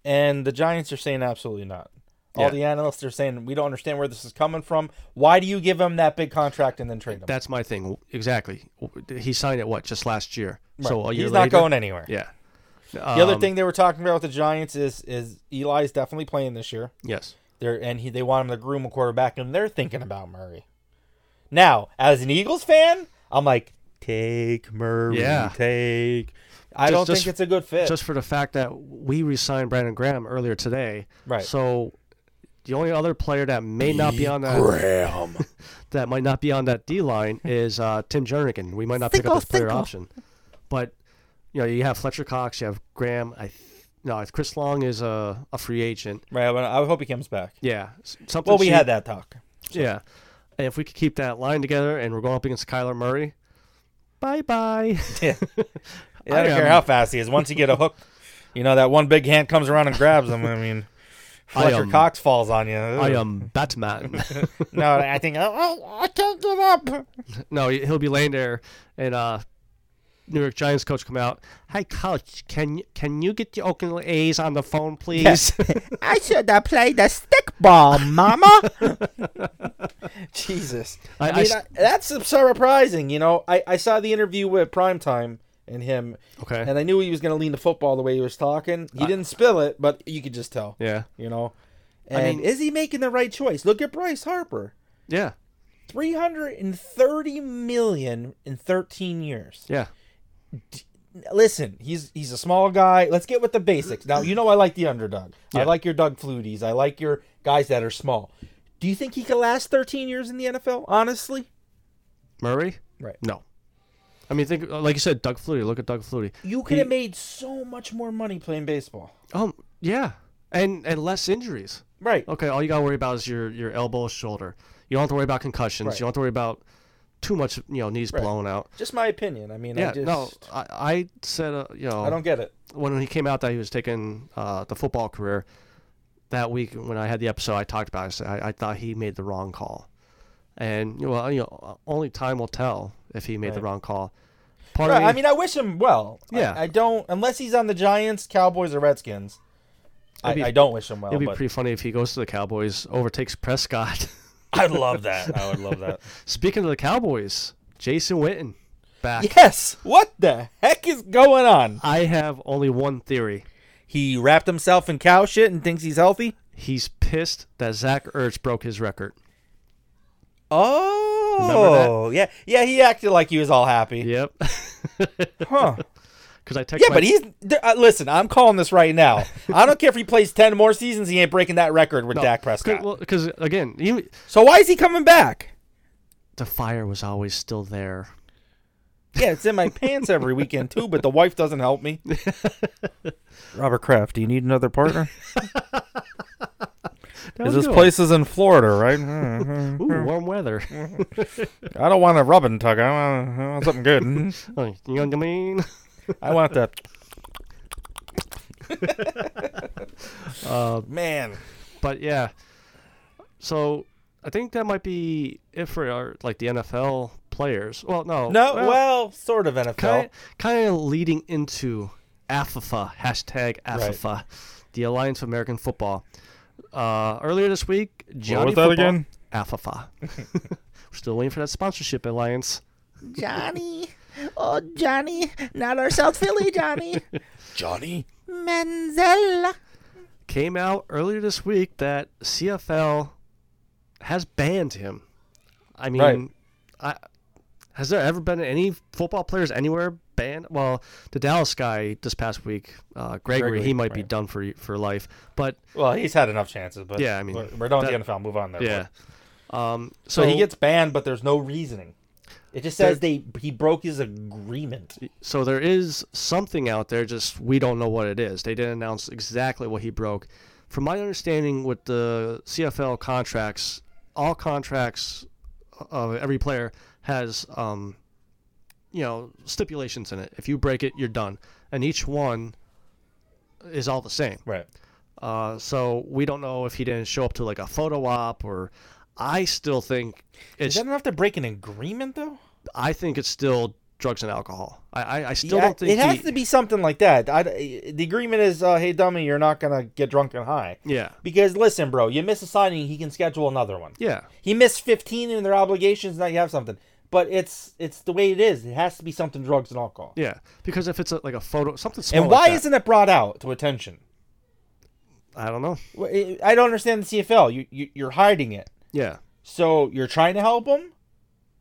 [SPEAKER 3] and the Giants are saying absolutely not. All
[SPEAKER 2] Yeah.
[SPEAKER 3] the analysts are saying we don't understand where this is coming from. Why do you give him that big contract and then trade him?
[SPEAKER 2] That's my thing. Exactly. He signed it what just last year. So a year
[SPEAKER 3] He's
[SPEAKER 2] later,
[SPEAKER 3] not going anywhere.
[SPEAKER 2] Yeah. Um,
[SPEAKER 3] The other thing they were talking about with the Giants is is Eli's definitely playing this year.
[SPEAKER 2] Yes.
[SPEAKER 3] They're and he they want him to groom a quarterback, and they're thinking about Murray. Now, as an Eagles fan, I'm like, take Murray,
[SPEAKER 2] Yeah.
[SPEAKER 3] take. I
[SPEAKER 2] Just-
[SPEAKER 3] don't
[SPEAKER 2] just-
[SPEAKER 3] think it's a good fit.
[SPEAKER 2] Just for the fact that we re-signed Brandon Graham earlier today.
[SPEAKER 3] Right.
[SPEAKER 2] So the only other player that may not be on that
[SPEAKER 3] Graham.
[SPEAKER 2] that might not be on that D line is uh, Tim Jernigan. We might not pick up
[SPEAKER 3] Tinkle,
[SPEAKER 2] his player
[SPEAKER 3] tinkle.
[SPEAKER 2] option, but you know you have Fletcher Cox, you have Graham. I th- no, it's Chris Long is a, a free agent.
[SPEAKER 3] right. But I hope he comes back.
[SPEAKER 2] Yeah, s- something.
[SPEAKER 3] Well, we
[SPEAKER 2] cheap.
[SPEAKER 3] had that talk.
[SPEAKER 2] Yeah, and if we could keep that line together, and we're going up against Kyler Murray,
[SPEAKER 3] [laughs]
[SPEAKER 2] bye bye.
[SPEAKER 3] [laughs] Yeah. I don't
[SPEAKER 2] I,
[SPEAKER 3] care
[SPEAKER 2] um,
[SPEAKER 3] how fast he is. Once you get a hook, you know that one big hand comes around and grabs him. [laughs] I um, mean,
[SPEAKER 2] I,
[SPEAKER 3] Fletcher
[SPEAKER 2] um,
[SPEAKER 3] Cox falls on you.
[SPEAKER 2] I am Batman.
[SPEAKER 3] [laughs] No, I think oh, oh, I can't get up.
[SPEAKER 2] no, he- he'll be laying there, and uh, New York Giants coach come out. Hey, coach, can you- can you get the Oakland A's on the phone, please?
[SPEAKER 3] [laughs] I should have played the stick ball, mama. [laughs] Jesus.
[SPEAKER 2] I-
[SPEAKER 3] I,
[SPEAKER 2] [laughs] I
[SPEAKER 3] mean,
[SPEAKER 2] s-
[SPEAKER 3] I, that's surprising. You know, I, I saw the interview with Primetime and him,
[SPEAKER 2] okay.
[SPEAKER 3] and I knew he was going to lean to football the way he was talking. He didn't spill it, but you could just tell,
[SPEAKER 2] yeah.
[SPEAKER 3] you know.
[SPEAKER 2] I
[SPEAKER 3] And
[SPEAKER 2] mean-
[SPEAKER 3] is he making the right choice? Look at Bryce Harper.
[SPEAKER 2] Yeah.
[SPEAKER 3] 330 million in 13 years.
[SPEAKER 2] Yeah.
[SPEAKER 3] listen, he's he's a small guy. Let's get with the basics. Now, you know I like the underdog. I
[SPEAKER 2] Yeah.
[SPEAKER 3] like your Doug Fluties. I like your guys that are small. Do you think he could last 13 years in the NFL? Honestly,
[SPEAKER 2] Murray?
[SPEAKER 3] Right.
[SPEAKER 2] No. I mean, think like you said, Doug Flutie. Look at Doug Flutie.
[SPEAKER 3] you could have made so much more money playing baseball.
[SPEAKER 2] Um, yeah, and and less injuries.
[SPEAKER 3] Right.
[SPEAKER 2] Okay, all you gotta worry about is your your elbow, shoulder. You don't have to worry about concussions.
[SPEAKER 3] Right.
[SPEAKER 2] You don't have to worry about too much, you know, knees
[SPEAKER 3] Right.
[SPEAKER 2] blown out.
[SPEAKER 3] Just my opinion. I mean,
[SPEAKER 2] Yeah,
[SPEAKER 3] I just
[SPEAKER 2] no, I, I said, uh, you know,
[SPEAKER 3] I don't get it.
[SPEAKER 2] when he came out that he was taking uh, the football career that week when I had the episode, I talked about. It, I said I, I thought he made the wrong call, and you know, you know, uh, only time will tell if he made the
[SPEAKER 3] Right.
[SPEAKER 2] wrong call. Part
[SPEAKER 3] Right,
[SPEAKER 2] of me,
[SPEAKER 3] I mean, I wish him well. I-
[SPEAKER 2] Yeah.
[SPEAKER 3] I, don't unless he's on the Giants, Cowboys, or Redskins. I,
[SPEAKER 2] It'd be-
[SPEAKER 3] I don't wish him well,
[SPEAKER 2] It'd be
[SPEAKER 3] but
[SPEAKER 2] pretty funny if he goes to the Cowboys, overtakes Prescott.
[SPEAKER 3] [laughs]
[SPEAKER 2] [laughs]
[SPEAKER 3] I'd love that. I would love that.
[SPEAKER 2] Speaking of the Cowboys, Jason Witten back.
[SPEAKER 3] yes. What the heck is going on?
[SPEAKER 2] I have only one theory.
[SPEAKER 3] He wrapped himself in cow shit and thinks he's healthy.
[SPEAKER 2] He's pissed that Zach Ertz broke his record.
[SPEAKER 3] Oh, yeah, yeah. He acted like he was all happy,
[SPEAKER 2] [laughs] Yep. [laughs]
[SPEAKER 3] huh?
[SPEAKER 2] Because I text
[SPEAKER 3] Yeah,
[SPEAKER 2] my-
[SPEAKER 3] but he's there- uh, listen. I'm calling this right now. I don't care if he plays ten more seasons. He ain't breaking that record with
[SPEAKER 2] [laughs] No,
[SPEAKER 3] Dak
[SPEAKER 2] c-
[SPEAKER 3] Prescott.
[SPEAKER 2] Well, because again, even,
[SPEAKER 3] so why is he coming back?
[SPEAKER 2] the fire was always still there.
[SPEAKER 3] Yeah, it's in my pants every weekend too. But the wife doesn't help me. [laughs] Robert Kraft, do you need another [laughs] partner?
[SPEAKER 2] Is
[SPEAKER 3] is in Florida, right? Mhm. [laughs]
[SPEAKER 2] Ooh, warm weather.
[SPEAKER 3] I don't want a rub and tug. I want, I want something good. [laughs]
[SPEAKER 2] Oh, you know what I mean?
[SPEAKER 3] I want that.
[SPEAKER 2] Uh,
[SPEAKER 3] Man,
[SPEAKER 2] but yeah, so I think that might be it for our, like the NFL players. Well, no,
[SPEAKER 3] no. Well, sort of NFL.
[SPEAKER 2] kind kind of leading into AFFA hashtag AFFA, the Alliance of American Football. Uh, earlier this week, Johnny
[SPEAKER 3] was that
[SPEAKER 2] Football-
[SPEAKER 3] again? [laughs]
[SPEAKER 2] AFFA. We're still waiting for that sponsorship alliance.
[SPEAKER 1] Johnny. Oh, Johnny. Not our South Philly Johnny.
[SPEAKER 3] Johnny.
[SPEAKER 1] Manzella.
[SPEAKER 2] Came out earlier this week that CFL has banned him. I mean,
[SPEAKER 3] Right.
[SPEAKER 2] I, has there ever been any football players anywhere banned? Well, the Dallas guy this past week, uh, Gregory,
[SPEAKER 3] Gregory,
[SPEAKER 2] he might be
[SPEAKER 3] right.
[SPEAKER 2] done for for life, but
[SPEAKER 3] Well, he's had enough chances, but
[SPEAKER 2] Yeah, I mean,
[SPEAKER 3] we're, we're done
[SPEAKER 2] that-
[SPEAKER 3] with the NFL. Move on there.
[SPEAKER 2] yeah. Um,
[SPEAKER 3] So he gets banned, but there's no reasoning. It just says they he broke his agreement.
[SPEAKER 2] So there is something out there, just we don't know what it is. They didn't announce exactly what he broke. From my understanding, with the CFL contracts, all contracts of every player has, um, you know, stipulations in it. If you break it, you're done, and each one is all the same.
[SPEAKER 3] Right.
[SPEAKER 2] Uh, so we don't know if he didn't show up to like a photo op or I still think
[SPEAKER 3] Is
[SPEAKER 2] it's.
[SPEAKER 3] that enough to break an agreement though? I
[SPEAKER 2] I think it's still drugs and alcohol. I I, I still don't think
[SPEAKER 3] it has
[SPEAKER 2] he-
[SPEAKER 3] to be something like that. I, the agreement is, uh, hey dummy, you're not gonna get drunk and high.
[SPEAKER 2] Yeah,
[SPEAKER 3] Because listen, bro, you miss a signing, he can schedule another one.
[SPEAKER 2] yeah.
[SPEAKER 3] He missed 15 in their obligations. Now you have something. But it's it's the way it is. It has to be something drugs and alcohol.
[SPEAKER 2] Yeah, because if it's a, like a photo, something small.
[SPEAKER 3] and why
[SPEAKER 2] is
[SPEAKER 3] isn't it brought out to attention?
[SPEAKER 2] I don't know.
[SPEAKER 3] Wh- I I don't understand the CFL. You, you you're hiding it.
[SPEAKER 2] Yeah,
[SPEAKER 3] So you're trying to help him.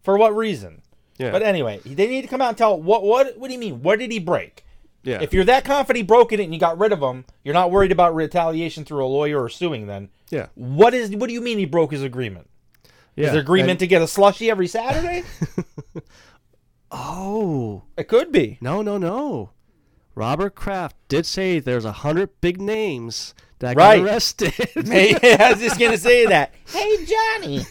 [SPEAKER 3] For what reason?
[SPEAKER 2] yeah,
[SPEAKER 3] But anyway, they need to come out and tell what what what do you mean? What did he break?
[SPEAKER 2] yeah.
[SPEAKER 3] If you're that confident he broke it and you got rid of him, you're not worried about retaliation through a lawyer or suing. Then
[SPEAKER 2] yeah,
[SPEAKER 3] what is what do you mean he broke his agreement?
[SPEAKER 2] yeah.
[SPEAKER 3] His agreement
[SPEAKER 2] And-
[SPEAKER 3] to get a slushy every Saturday?
[SPEAKER 2] oh
[SPEAKER 3] it could be.
[SPEAKER 2] no, no, no. Robert Kraft did say there's a hundred big names that
[SPEAKER 3] Right.
[SPEAKER 2] got arrested.
[SPEAKER 3] [laughs]
[SPEAKER 2] [laughs]
[SPEAKER 3] Hey, I was just gonna say that.
[SPEAKER 1] Hey, Johnny,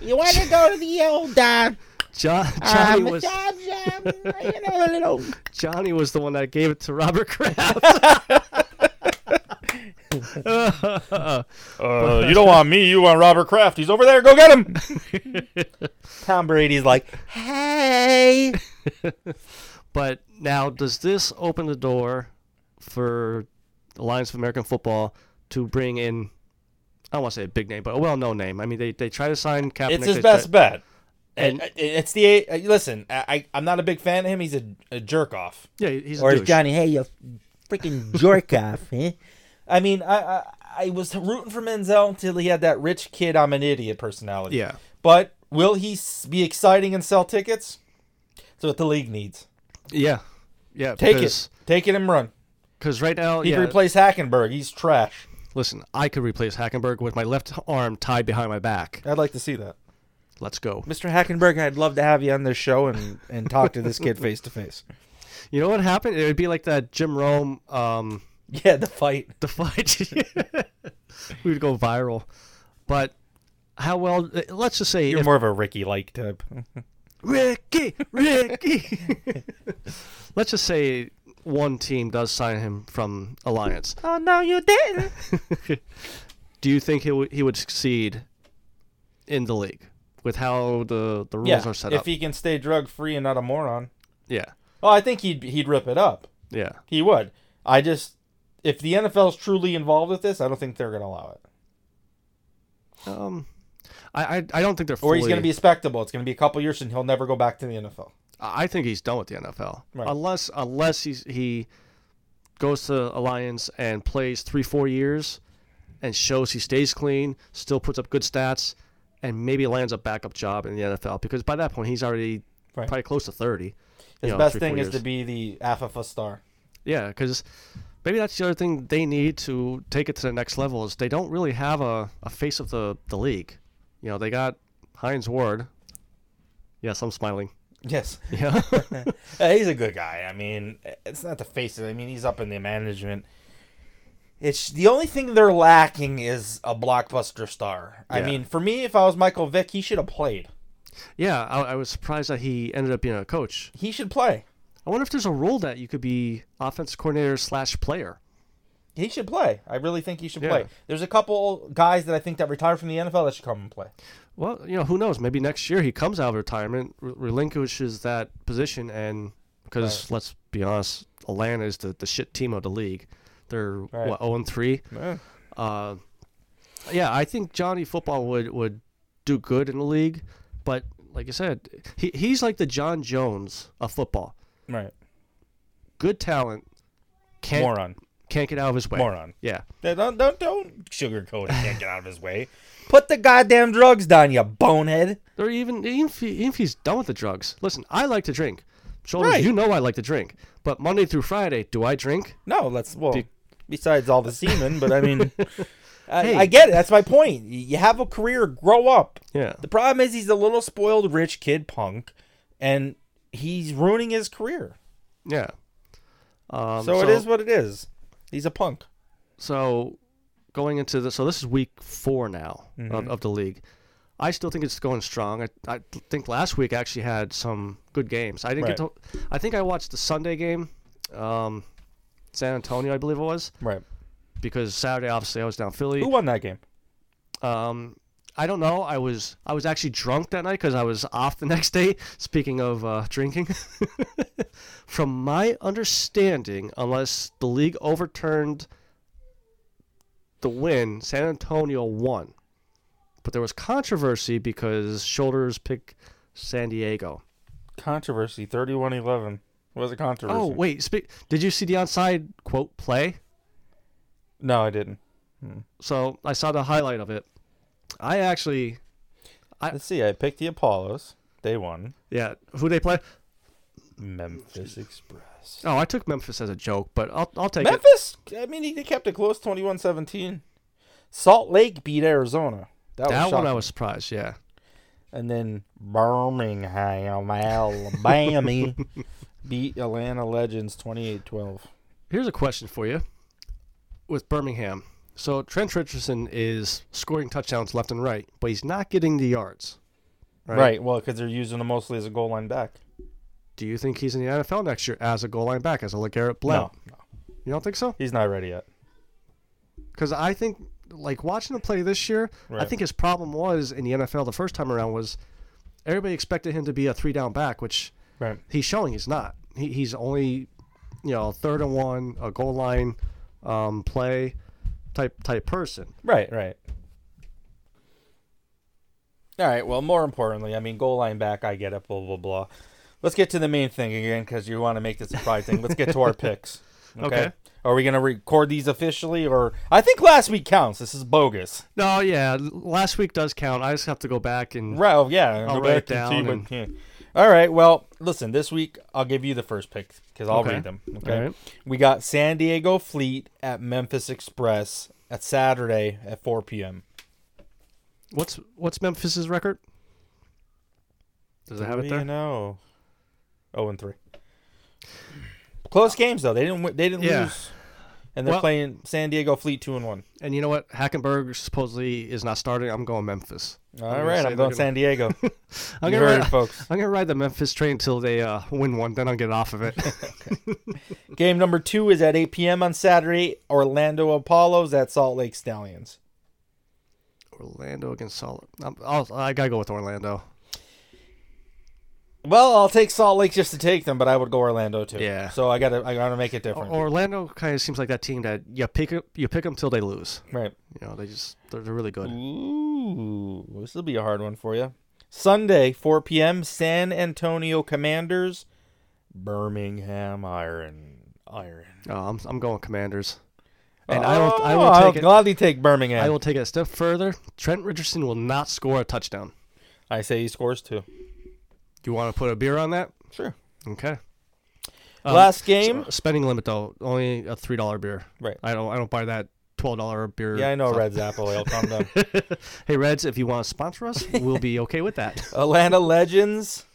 [SPEAKER 1] you want to go to the old, uh,
[SPEAKER 2] John,
[SPEAKER 1] uh,
[SPEAKER 2] Johnny was
[SPEAKER 1] massage, um, you know, a little
[SPEAKER 2] Johnny was the one that gave it to
[SPEAKER 3] [laughs]
[SPEAKER 2] Robert Kraft.
[SPEAKER 3] Uh, you don't want me. You want Robert Kraft. He's over there. Go get him. Tom Brady's like, hey.
[SPEAKER 2] But now, does this open the door for the Alliance of American Football to bring in? I don't want to say a big name, but a well-known name. I mean, they, they try to sign Kaepernick.
[SPEAKER 3] It's his
[SPEAKER 2] they try-
[SPEAKER 3] best bet.
[SPEAKER 2] And-
[SPEAKER 3] And it's the uh, listen. I, I I'm not a big fan of him. He's a, a jerk off.
[SPEAKER 2] yeah, he's a
[SPEAKER 1] Or is
[SPEAKER 2] douche.
[SPEAKER 1] Johnny, hey, you freaking jerk off, eh?
[SPEAKER 3] I mean, I, I I was rooting for Menzel until he had that rich kid. I'm an idiot personality.
[SPEAKER 2] Yeah.
[SPEAKER 3] But will he s- be exciting and sell tickets? That's what the league needs.
[SPEAKER 2] Yeah, yeah.
[SPEAKER 3] Take
[SPEAKER 2] because,
[SPEAKER 3] it. Take it and run.
[SPEAKER 2] because right now,
[SPEAKER 3] He
[SPEAKER 2] yeah.
[SPEAKER 3] can replace Hackenberg. He's trash.
[SPEAKER 2] listen, I could replace Hackenberg with my left arm tied behind my back.
[SPEAKER 3] I'd like to see that.
[SPEAKER 2] Let's go.
[SPEAKER 3] Mr. Hackenberg, I'd love to have you on this show and, and talk to this [laughs] kid face to face.
[SPEAKER 2] You know what happened? It would be like that Jim Rome, um, [laughs]
[SPEAKER 3] Yeah, the fight.
[SPEAKER 2] the fight. [laughs] we would go viral. But how well? Let's just say
[SPEAKER 3] You're
[SPEAKER 2] if
[SPEAKER 3] more of a Ricky like type.
[SPEAKER 2] Ricky, Ricky. [laughs] Let's just say one team does sign him from Alliance.
[SPEAKER 3] [laughs] oh no, you
[SPEAKER 2] [laughs]
[SPEAKER 3] didn't.
[SPEAKER 2] Do you think he, w- he would succeed in the league with how the, the rules
[SPEAKER 3] Yeah,
[SPEAKER 2] are set
[SPEAKER 3] if
[SPEAKER 2] up?
[SPEAKER 3] he can stay drug free and not a moron.
[SPEAKER 2] yeah,
[SPEAKER 3] Oh, I think he'd he'd rip it up.
[SPEAKER 2] yeah.
[SPEAKER 3] He would. I just if the NFL's truly involved with this, I don't think they're gonna allow it.
[SPEAKER 2] Um, I, I I don't think they're
[SPEAKER 3] Or
[SPEAKER 2] fully.
[SPEAKER 3] he's gonna be a spectacle. It's gonna be a couple years and he'll never go back to the NFL.
[SPEAKER 2] I I think he's done with the NFL
[SPEAKER 3] Right.
[SPEAKER 2] unless unless he's, he goes to Alliance and plays three four years and shows he stays clean, still puts up good stats, and maybe lands a backup job in the NFL because by that point he's already
[SPEAKER 3] Right.
[SPEAKER 2] probably close to thirty.
[SPEAKER 3] His
[SPEAKER 2] you know,
[SPEAKER 3] best
[SPEAKER 2] three,
[SPEAKER 3] thing
[SPEAKER 2] four
[SPEAKER 3] is to
[SPEAKER 2] years.
[SPEAKER 3] be the Afafa star. [laughs]
[SPEAKER 2] yeah, because maybe that's the other thing they need to take it to the next level is they don't really have a, a face of the the league. You know they got Heinz Ward. Yes, I'm smiling. [laughs]
[SPEAKER 3] Yes.
[SPEAKER 2] Yeah.
[SPEAKER 3] Uh, he's a good guy. I mean, it's not the face of it. I mean, he's up in the management. It's the only thing they're lacking is a blockbuster star. I
[SPEAKER 2] Yeah.
[SPEAKER 3] mean, for me, if I was Michael Vick, he should have played.
[SPEAKER 2] Yeah, I, I was surprised that he ended up being a coach.
[SPEAKER 3] He should play.
[SPEAKER 2] I wonder if there's a rule that you could be offensive coordinator slash player.
[SPEAKER 3] He should play. I really think he should
[SPEAKER 2] Yeah.
[SPEAKER 3] play. There's a couple guys that I think that retired from the NFL that should come and play.
[SPEAKER 2] Well, you know, who knows? Maybe next year he comes out of retirement, re- relinquishes that position, and because let's be honest, Atlanta is the, the shit team of the league. They're
[SPEAKER 3] Right.
[SPEAKER 2] what zero and three. Uh, yeah, I think Johnny Football would would do good in the league, but like I said, he, he's like the John Jones of football.
[SPEAKER 3] Right.
[SPEAKER 2] Good talent, can't
[SPEAKER 3] Moron.
[SPEAKER 2] can't get out of his way.
[SPEAKER 3] Moron.
[SPEAKER 2] Yeah.
[SPEAKER 3] Yeah, Don't don't don't sugarcoat it. Can't get out of his way. [laughs] Put the goddamn drugs down, you bonehead.
[SPEAKER 2] Or even even if, he, even if he's done with the drugs. Listen, I like to drink. Shoulders,
[SPEAKER 3] Right.
[SPEAKER 2] you know I like to drink. But Monday through Friday, do I drink?
[SPEAKER 3] No, let's well.
[SPEAKER 2] Be-
[SPEAKER 3] besides all the semen, but I mean, [laughs] I,
[SPEAKER 2] Hey.
[SPEAKER 3] I get it. That's my point. Y- You have a career, grow up.
[SPEAKER 2] Yeah.
[SPEAKER 3] The problem is he's a little spoiled, rich kid punk, and he's ruining his career.
[SPEAKER 2] Yeah. Um,
[SPEAKER 3] so, it is what it is. He's a punk.
[SPEAKER 2] So going into this, so this is week four now
[SPEAKER 3] Mm-hmm.
[SPEAKER 2] of, of the league. I still think it's going strong. I, I think last week actually had some good games. I didn't get
[SPEAKER 3] Right.
[SPEAKER 2] to. I think I watched the Sunday game, um, San Antonio, I believe it was,
[SPEAKER 3] Right.
[SPEAKER 2] because Saturday obviously I was down Philly.
[SPEAKER 3] Who won that game?
[SPEAKER 2] Um, I don't know. I was I was actually drunk that night because I was off the [laughs] next day. Speaking of uh, drinking, [laughs] from my understanding, unless the league overturned the win, San Antonio won. But there was controversy because shoulders pick San Diego.
[SPEAKER 3] Controversy thirty-one eleven was a controversy.
[SPEAKER 2] Oh wait, spe- did you see the onside quote play?
[SPEAKER 3] no, I didn't.
[SPEAKER 2] So I saw the highlight of it. I actually,
[SPEAKER 3] Let's see. I picked the Apollos. They won.
[SPEAKER 2] yeah, who they play?
[SPEAKER 3] Memphis Express.
[SPEAKER 2] Oh, I took Memphis as a joke, but I'll I'll take it.
[SPEAKER 3] Memphis. I mean, they kept it close, 21-17. Salt Lake beat Arizona. That,
[SPEAKER 2] That
[SPEAKER 3] was
[SPEAKER 2] one I
[SPEAKER 3] shocking.
[SPEAKER 2] was surprised. Yeah,
[SPEAKER 3] And then Birmingham,
[SPEAKER 2] [laughs]
[SPEAKER 3] Alabama beat Atlanta Legends 28-12.
[SPEAKER 2] here's a question for you. With Birmingham, so Trent Richardson is scoring touchdowns left and right, but he's not getting the yards.
[SPEAKER 3] Right. well, because they're using him mostly as a goal line back.
[SPEAKER 2] Do you think he's in the NFL next year as a goal line back, as a LeGarrette Blount?
[SPEAKER 3] No, no,
[SPEAKER 2] You don't think so?
[SPEAKER 3] he's not ready yet.
[SPEAKER 2] Because I think, like watching him play this year, I
[SPEAKER 3] Right.
[SPEAKER 2] think his problem was in the NFL the first time around was everybody expected him to be a three down back, which
[SPEAKER 3] Right.
[SPEAKER 2] he's showing he's not. He, he's only, you know, third and one, a goal line um, play type type person.
[SPEAKER 3] Right, right. All right. Well, more importantly, I mean, goal line back. I get it. Blah blah blah. Let's get to the main thing again because you want to make this a pride thing. Let's get to
[SPEAKER 2] [laughs]
[SPEAKER 3] our picks. Okay.
[SPEAKER 2] Okay.
[SPEAKER 3] Are we gonna record these officially, or I think last week counts? This is bogus.
[SPEAKER 2] No, yeah, l- last week does count. I just have to go back and
[SPEAKER 3] Right? oh, yeah.
[SPEAKER 2] I'll
[SPEAKER 3] go
[SPEAKER 2] write it
[SPEAKER 3] back and see
[SPEAKER 2] down
[SPEAKER 3] what- yeah. All right. Well, listen. This week I'll give you the first pick because I'll
[SPEAKER 2] Okay.
[SPEAKER 3] read them. Okay.
[SPEAKER 2] right.
[SPEAKER 3] We got San Diego Fleet at Memphis Express at Saturday at 4 p.m.
[SPEAKER 2] what's what's Memphis's record? Does it have it there?
[SPEAKER 3] know. Oh and three. Close games though. They didn't. win- They didn't
[SPEAKER 2] Yeah.
[SPEAKER 3] lose. And they're
[SPEAKER 2] Well-
[SPEAKER 3] playing San Diego Fleet two and one.
[SPEAKER 2] And you know what? Hackenberg supposedly is not starting. I'm going Memphis.
[SPEAKER 3] All
[SPEAKER 2] gonna
[SPEAKER 3] right,
[SPEAKER 2] say
[SPEAKER 3] I'm going
[SPEAKER 2] they're gonna-
[SPEAKER 3] San
[SPEAKER 2] [laughs]
[SPEAKER 3] Diego.
[SPEAKER 2] I'm
[SPEAKER 3] you
[SPEAKER 2] gonna
[SPEAKER 3] heard it,
[SPEAKER 2] ride,
[SPEAKER 3] folks.
[SPEAKER 2] I'm gonna ride the Memphis train until they uh, win one. Then I'll get off
[SPEAKER 3] [laughs]
[SPEAKER 2] of it.
[SPEAKER 3] Game number two is at 8 p.m. on Saturday. Orlando Apollos at Salt Lake Stallions.
[SPEAKER 2] Orlando against Solid. I'm, I'll, I gotta go with Orlando.
[SPEAKER 3] Well, I'll take Salt Lake just to take them, but I would go Orlando too.
[SPEAKER 2] Yeah.
[SPEAKER 3] So I gotta, I gotta make it
[SPEAKER 2] Or-
[SPEAKER 3] different.
[SPEAKER 2] Orlando kind of seems like that team that you pick up, you pick them till they lose.
[SPEAKER 3] right.
[SPEAKER 2] You know, they just they're, they're really
[SPEAKER 3] Mm.
[SPEAKER 2] good.
[SPEAKER 3] Ooh, this will be a hard one for you. Sunday, 4 p.m. San Antonio Commanders, Birmingham Iron. Iron.
[SPEAKER 2] Oh, I'm, I'm going Commanders, and I will I will
[SPEAKER 3] Oh,
[SPEAKER 2] take
[SPEAKER 3] I'll
[SPEAKER 2] it.
[SPEAKER 3] gladly take Birmingham.
[SPEAKER 2] I will take it a step further. Trent Richardson will not score a touchdown.
[SPEAKER 3] I say he scores two.
[SPEAKER 2] Do you want to put a beer on that?
[SPEAKER 3] Sure.
[SPEAKER 2] Okay.
[SPEAKER 3] Um, Last game.
[SPEAKER 2] So, Um, spending limit though, only a three dollar beer.
[SPEAKER 3] Right.
[SPEAKER 2] I don't I don't buy that twelve dollar beer.
[SPEAKER 3] yeah, I know
[SPEAKER 2] stuff.
[SPEAKER 3] Red's apple [laughs] ale. Calm down.
[SPEAKER 2] [laughs] Hey Reds, if you want to sponsor us, we'll be okay with that.
[SPEAKER 3] Atlanta Legends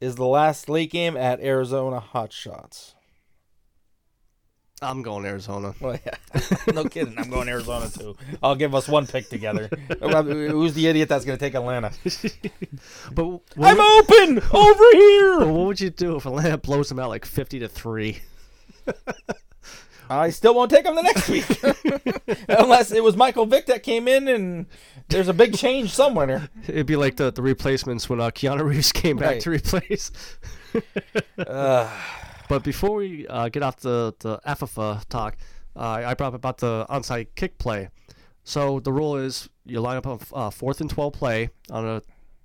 [SPEAKER 3] is the last late game at Arizona Hotshots.
[SPEAKER 2] [laughs] I'm going Arizona.
[SPEAKER 3] Well, yeah. [laughs] no kidding. I'm going Arizona too. I'll give us one pick [laughs] together. Who's the idiot that's going to take Atlanta?
[SPEAKER 2] But what,
[SPEAKER 3] I'm
[SPEAKER 2] would,
[SPEAKER 3] open over
[SPEAKER 2] but
[SPEAKER 3] here.
[SPEAKER 2] what would you do if Atlanta blows them out like fifty to three?
[SPEAKER 3] I still won't take them the next week, [laughs] unless it was Michael Vick that came in and there's a big change somewhere.
[SPEAKER 2] It'd be like the, the replacements when uh, Keanu Reeves came back
[SPEAKER 3] Right.
[SPEAKER 2] to replace.
[SPEAKER 3] Uh,
[SPEAKER 2] But before we uh, get off the the AFFA talk, uh, I brought up about the onside kick play. So the rule is you line up on uh, fourth and twelve play on a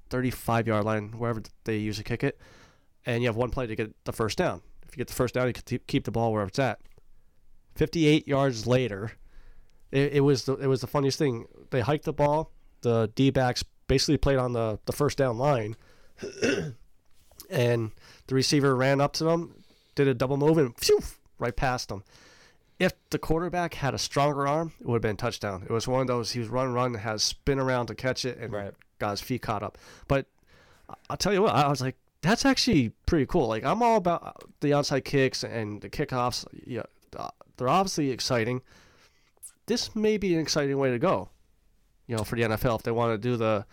[SPEAKER 2] thirty-five yard line, wherever they usually kick it, and you have one play to get the first down. If you get the first down, you can keep- keep the ball wherever it's at. Fifty-eight yards later, it, it was the it was the funniest thing. They hiked the ball. The D backs basically played on the the first down line, and the receiver ran up to them, did a double move, and phew, right past them. If the quarterback had a stronger arm, it would have been a touchdown. It was one of those he was run, run, had a spin around to catch it, and
[SPEAKER 3] Right.
[SPEAKER 2] got his feet caught up. But I- I'll tell you what, I was like, that's actually pretty cool. Like I'm all about the onside kicks and the kickoffs. Yeah, uh, they're obviously exciting. This may be an exciting way to go, you know, for the NFL if they want to do the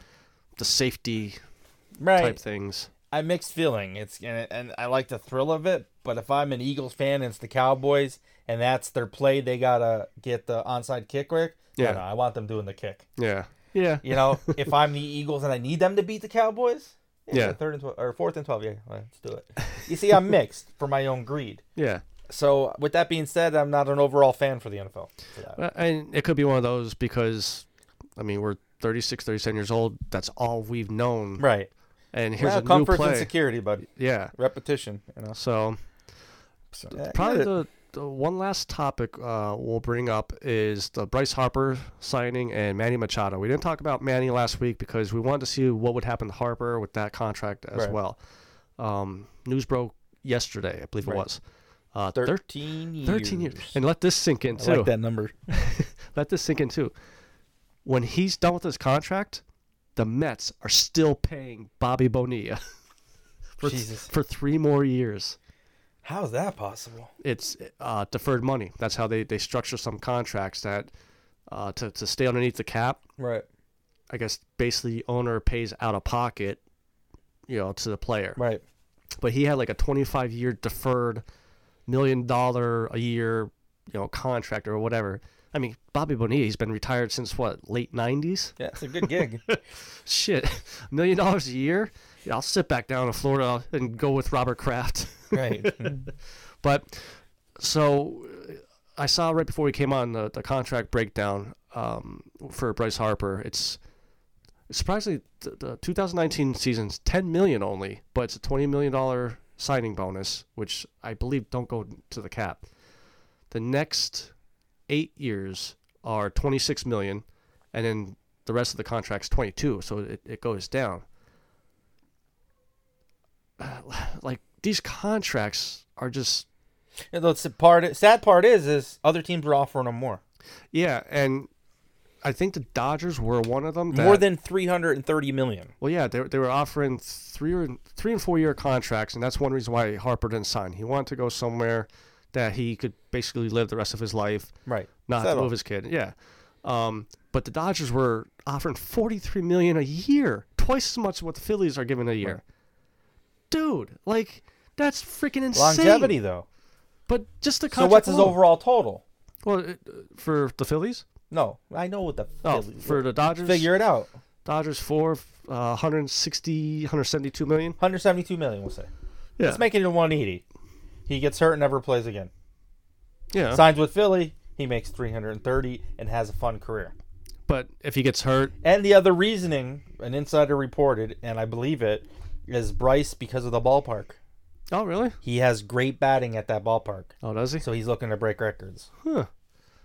[SPEAKER 2] the safety type
[SPEAKER 3] [sighs] right.
[SPEAKER 2] things.
[SPEAKER 3] I mixed feeling. It's and, and I like the thrill of it, but if I'm an Eagles fan and it's the Cowboys and that's their play, they gotta get the onside kick. Rick. No,
[SPEAKER 2] Yeah.
[SPEAKER 3] no, I want them doing the kick.
[SPEAKER 2] Yeah. Yeah.
[SPEAKER 3] You [laughs] know, if I'm the Eagles and I need them to beat the Cowboys,
[SPEAKER 2] Yeah.
[SPEAKER 3] third and 12, or fourth and 12, yeah, let's do it. You see, I'm mixed for my own greed.
[SPEAKER 2] Yeah.
[SPEAKER 3] So, with that being said, I'm not an overall fan for the NFL. for that.
[SPEAKER 2] Uh, And it could be one of those because, I mean, we're 36, 37 years old. That's all we've known.
[SPEAKER 3] Right.
[SPEAKER 2] And here's
[SPEAKER 3] Well,
[SPEAKER 2] a new
[SPEAKER 3] comforts and
[SPEAKER 2] play.
[SPEAKER 3] security, bud.
[SPEAKER 2] Yeah.
[SPEAKER 3] Repetition, you know.
[SPEAKER 2] So
[SPEAKER 3] So, yeah,
[SPEAKER 2] probably
[SPEAKER 3] yeah.
[SPEAKER 2] the, the one last topic uh, we'll bring up is the Bryce Harper signing and Manny Machado. We didn't talk about Manny last week because we wanted to see what would happen to Harper with that contract as
[SPEAKER 3] Right.
[SPEAKER 2] well. Um, news broke yesterday, I believe
[SPEAKER 3] Right.
[SPEAKER 2] it was. Uh, thir-
[SPEAKER 3] 13 years.
[SPEAKER 2] 13 years. And let this sink in,
[SPEAKER 3] I
[SPEAKER 2] too.
[SPEAKER 3] like that number.
[SPEAKER 2] Let this sink in, too. When he's done with his contract, the Mets are still paying Bobby Bonilla [laughs] for,
[SPEAKER 3] Jesus.
[SPEAKER 2] for three more years.
[SPEAKER 3] How is that possible?
[SPEAKER 2] it's uh, deferred money. That's how they, they structure some contracts that uh, to, to stay underneath the cap.
[SPEAKER 3] Right.
[SPEAKER 2] I guess basically the owner pays out of pocket, you know, to the player.
[SPEAKER 3] Right.
[SPEAKER 2] But he had like a 25 year deferred million dollar a year, you know, contract or whatever. I mean, Bobby Bonilla, he's been retired since what, late 90s?
[SPEAKER 3] Yeah, it's a good gig. [laughs]
[SPEAKER 2] Shit, [laughs] a million dollars a year? Yeah, I'll sit back down in Florida and go with Robert Kraft.
[SPEAKER 3] right.
[SPEAKER 2] But so uh, I saw right before we came on the, the contract breakdown um, for Bryce Harper. It's surprisingly the, the 2019 season's 10 million only, but it's a 20 million dollar signing bonus, which I believe don't go to the cap. The next eight years are 26 million, and then the rest of the contract's 22, so it, it goes down. [sighs] Like these contracts are just
[SPEAKER 3] And the sad part, sad part is, is other teams are offering them more,
[SPEAKER 2] Yeah, and I think the Dodgers were one of them. That,
[SPEAKER 3] more than three hundred and thirty million.
[SPEAKER 2] well, yeah, they, they were offering three or three and four year contracts, and that's one reason why Harper didn't sign. He wanted to go somewhere that he could basically live the rest of his life,
[SPEAKER 3] Right.
[SPEAKER 2] not have to
[SPEAKER 3] Settle.
[SPEAKER 2] move his kid. Yeah, um, but the Dodgers were offering forty three million a year, twice as much as what the Phillies are giving a year. Dude, like that's freaking insane.
[SPEAKER 3] Longevity though.
[SPEAKER 2] but just the
[SPEAKER 3] So
[SPEAKER 2] contract
[SPEAKER 3] what's his
[SPEAKER 2] alone.
[SPEAKER 3] overall total?
[SPEAKER 2] Well, it- uh, for the Phillies,
[SPEAKER 3] No, I know what the
[SPEAKER 2] oh,
[SPEAKER 3] Phillies-
[SPEAKER 2] for the Dodgers,
[SPEAKER 3] figure it out. One
[SPEAKER 2] Dodgers four, uh, 160, 172 million.
[SPEAKER 3] hundred seventy-two million, we'll say.
[SPEAKER 2] Yeah,
[SPEAKER 3] Let's make it to one eighty. He gets hurt and never plays again.
[SPEAKER 2] yeah.
[SPEAKER 3] Signs with Philly. He makes three hundred and thirty and has a fun career.
[SPEAKER 2] But if he gets hurt,
[SPEAKER 3] And the other reasoning, an insider reported, and I believe it, is Bryce because of the ballpark.
[SPEAKER 2] oh really?
[SPEAKER 3] He has great batting at that ballpark,
[SPEAKER 2] Oh, does he?
[SPEAKER 3] so he's looking to break records.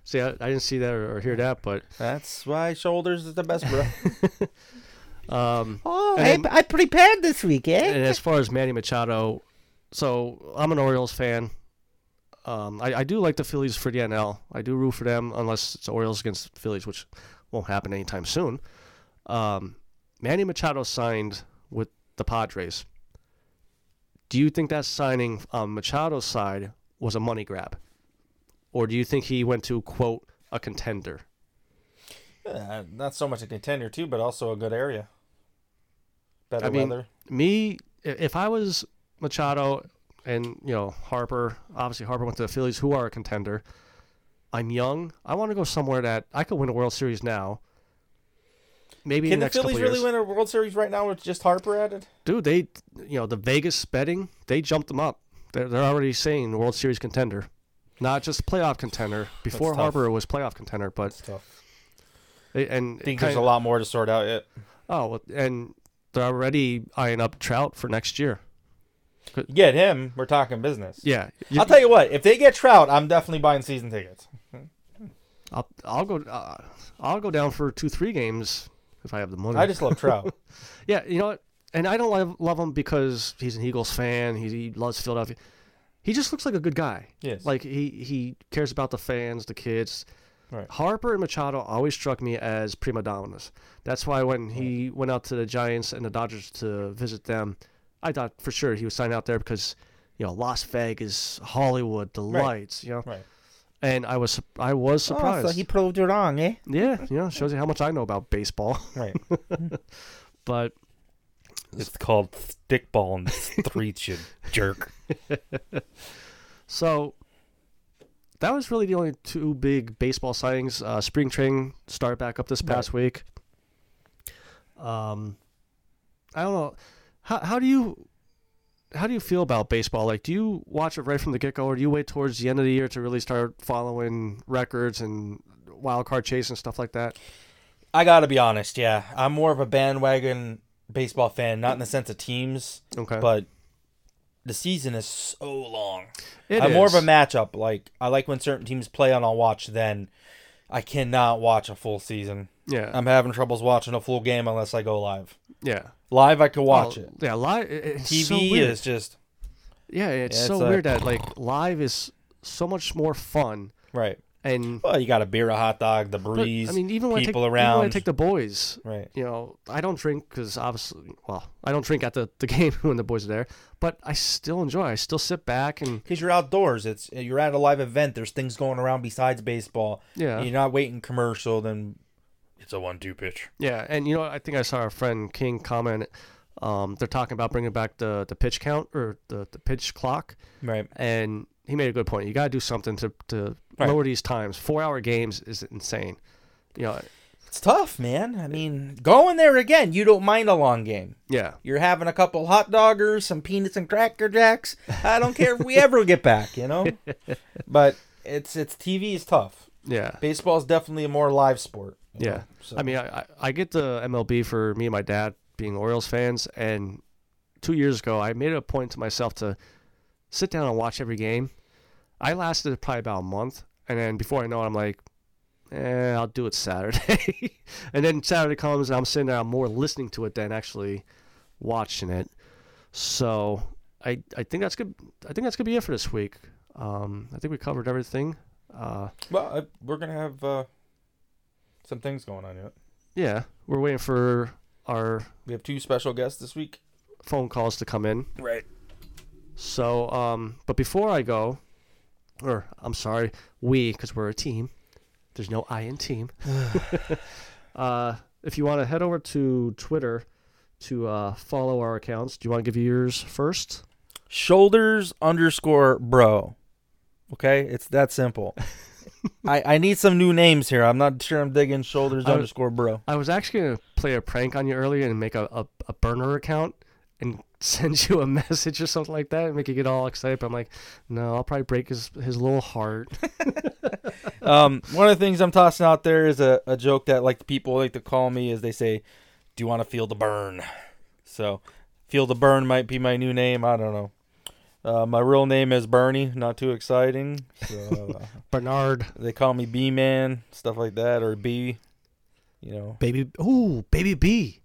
[SPEAKER 2] See, I, I didn't see that or, or hear that, but
[SPEAKER 3] That's why shoulders is the best, [laughs] bro.
[SPEAKER 2] um,
[SPEAKER 4] Oh,
[SPEAKER 2] And
[SPEAKER 4] I,
[SPEAKER 2] then-
[SPEAKER 4] I prepared this week, eh?
[SPEAKER 2] and as far as Manny Machado, so I'm an Orioles fan. Um, I, I do like the Phillies for the NL. I do root for them unless it's Orioles against Phillies, which won't happen anytime soon. Um, Manny Machado signed with the Padres. Do you think that signing on Machado's side was a money grab, or do you think he went to quote a contender?
[SPEAKER 3] Uh, not so much a contender too, but also a good area. Better
[SPEAKER 2] I mean,
[SPEAKER 3] weather.
[SPEAKER 2] me i- if I was Machado and you know Harper, obviously Harper went to the Phillies, who are a contender. I'm young. I want to go somewhere that I could win a World Series now. Maybe in
[SPEAKER 3] Can
[SPEAKER 2] the
[SPEAKER 3] the
[SPEAKER 2] next couple
[SPEAKER 3] Phillies really
[SPEAKER 2] years.
[SPEAKER 3] win a World Series right now with just Harper added?
[SPEAKER 2] Dude, they you know the Vegas betting they jumped them up. They're, they're already saying World Series contender, not just playoff contender. Before
[SPEAKER 3] tough.
[SPEAKER 2] Harper was playoff contender, but
[SPEAKER 3] tough.
[SPEAKER 2] they, and
[SPEAKER 3] I think
[SPEAKER 2] kind
[SPEAKER 3] there's a lot more to sort out yet.
[SPEAKER 2] Oh, well, and they're already eyeing up Trout for next year.
[SPEAKER 3] You get him, we're talking business.
[SPEAKER 2] Yeah, you-
[SPEAKER 3] I'll tell you what, if they get Trout, I'm definitely buying season tickets.
[SPEAKER 2] I'll, I'll go. Uh, I'll go down for two, three games if I have the money.
[SPEAKER 3] I just love
[SPEAKER 2] [laughs]
[SPEAKER 3] Trout.
[SPEAKER 2] yeah, you know what? And I don't love, love him because he's an Eagles fan. He, he loves Philadelphia. He just looks like a good guy.
[SPEAKER 3] Yes.
[SPEAKER 2] Like he he cares about the fans, the kids.
[SPEAKER 3] Right.
[SPEAKER 2] Harper and Machado always struck me as prima donnas. That's why when he went out to the Giants and the Dodgers to visit them, I thought for sure he would sign out there because you know Las Vegas, Hollywood, the
[SPEAKER 3] Right.
[SPEAKER 2] lights. You know. [laughs]
[SPEAKER 3] Right.
[SPEAKER 2] And I was su- I was surprised.
[SPEAKER 4] Oh, so he proved you wrong, eh?
[SPEAKER 2] Yeah, you know, shows you how much I know about baseball. [laughs]
[SPEAKER 3] [laughs] right.
[SPEAKER 2] But
[SPEAKER 5] It's called stickball in the streets,
[SPEAKER 3] [laughs]
[SPEAKER 5] you jerk.
[SPEAKER 2] so that was really the only two big baseball signings. Uh, spring training start back up this past week. Um, I don't know. How how do you how do you feel about baseball? Like, do you watch it right from the get go, or do you wait towards the end of the year to really start following records and wild card chase and stuff like that?
[SPEAKER 3] I gotta be honest, yeah. I'm more of a bandwagon baseball fan, not in the sense of teams,
[SPEAKER 2] Okay,
[SPEAKER 3] but the season is so long.
[SPEAKER 2] It
[SPEAKER 3] I'm more of a
[SPEAKER 2] is.
[SPEAKER 3] matchup. Like I like when certain teams play and I'll watch then. I cannot watch a full season.
[SPEAKER 2] yeah
[SPEAKER 3] I'm having troubles watching a full game unless I go live.
[SPEAKER 2] yeah
[SPEAKER 3] Live I can watch
[SPEAKER 2] Well,
[SPEAKER 3] it.
[SPEAKER 2] yeah live it's
[SPEAKER 3] TV
[SPEAKER 2] so weird.
[SPEAKER 3] is just
[SPEAKER 2] yeah it's
[SPEAKER 3] Yeah,
[SPEAKER 2] so
[SPEAKER 3] it's like-
[SPEAKER 2] weird that like live is so much more fun
[SPEAKER 3] right.
[SPEAKER 2] and
[SPEAKER 3] Well, you got a beer, a hot dog, the
[SPEAKER 2] But,
[SPEAKER 3] breeze,
[SPEAKER 2] I mean, even when
[SPEAKER 3] people
[SPEAKER 2] I take, even when I
[SPEAKER 3] around.
[SPEAKER 2] take the boys,
[SPEAKER 3] right.
[SPEAKER 2] you know, I don't drink because obviously, well, I don't drink at the, the [laughs] game when the boys are there, but I still enjoy. I still sit back and
[SPEAKER 3] because you're outdoors. It's you're at a live event. There's things going around besides baseball.
[SPEAKER 2] Yeah.
[SPEAKER 3] you're not waiting commercial. Then it's a one-two pitch.
[SPEAKER 2] yeah, and you know, I think I saw our friend King comment. Um, they're talking about bringing back the the pitch count or the the pitch clock,
[SPEAKER 3] Right.
[SPEAKER 2] and he made a good point. You got to do something to to
[SPEAKER 3] Right.
[SPEAKER 2] lower these times. Four hour games is insane. You know,
[SPEAKER 3] It's tough, man. I mean, going there again, you don't mind a long game.
[SPEAKER 2] yeah,
[SPEAKER 3] You're having a couple hot doggers, some peanuts and cracker jacks. I don't care if we ever get back, you
[SPEAKER 2] [laughs]
[SPEAKER 3] know. But it's it's TV is tough.
[SPEAKER 2] yeah.
[SPEAKER 3] Baseball's definitely a more live sport. you
[SPEAKER 2] Yeah.
[SPEAKER 3] know, so-
[SPEAKER 2] I mean, I, I- I get the MLB for me and my dad being Orioles fans. And two years ago, I made it a point to myself to sit down and watch every game. I lasted probably about a month. And then before I know it, I'm like, eh, I'll do it Saturday. [laughs] and then Saturday comes and I'm sitting there, I'm more listening to it than actually watching it. So I, I think that's good. I think that's gonna be it for this week. Um, I think we covered everything. Uh,
[SPEAKER 3] well, I, we're gonna have uh, some things going on yet.
[SPEAKER 2] yeah, we're waiting for our
[SPEAKER 3] We have two special guests this week.
[SPEAKER 2] phone calls to come in.
[SPEAKER 3] Right.
[SPEAKER 2] So, um, but before I go, or I'm sorry, we, because we're a team. There's no I in [sighs] team. [laughs] uh, if you want to head over to Twitter to uh, follow our accounts, do you want to give yours first?
[SPEAKER 3] shoulders underscore bro. Okay, it's that
[SPEAKER 2] [laughs]
[SPEAKER 3] simple. I I need some new names here. I'm not sure I'm digging shoulders
[SPEAKER 2] I was-
[SPEAKER 3] underscore bro.
[SPEAKER 2] I was actually gonna play a prank on you earlier and make a, a, a burner account and [laughs] send you a message or something like that and make you get all excited. But I'm like, no, I'll probably break his his little heart.
[SPEAKER 3] Um, one of the things I'm tossing out there is a, a joke that like people like to call me is they say, "Do you want to feel the burn?" So, feel the burn might be my new name. I don't know. Uh, my real name is Bernie. Not too exciting. So, uh,
[SPEAKER 2] Bernard,
[SPEAKER 3] they call me B man, stuff like that, or B. You know,
[SPEAKER 2] baby, ooh, baby B.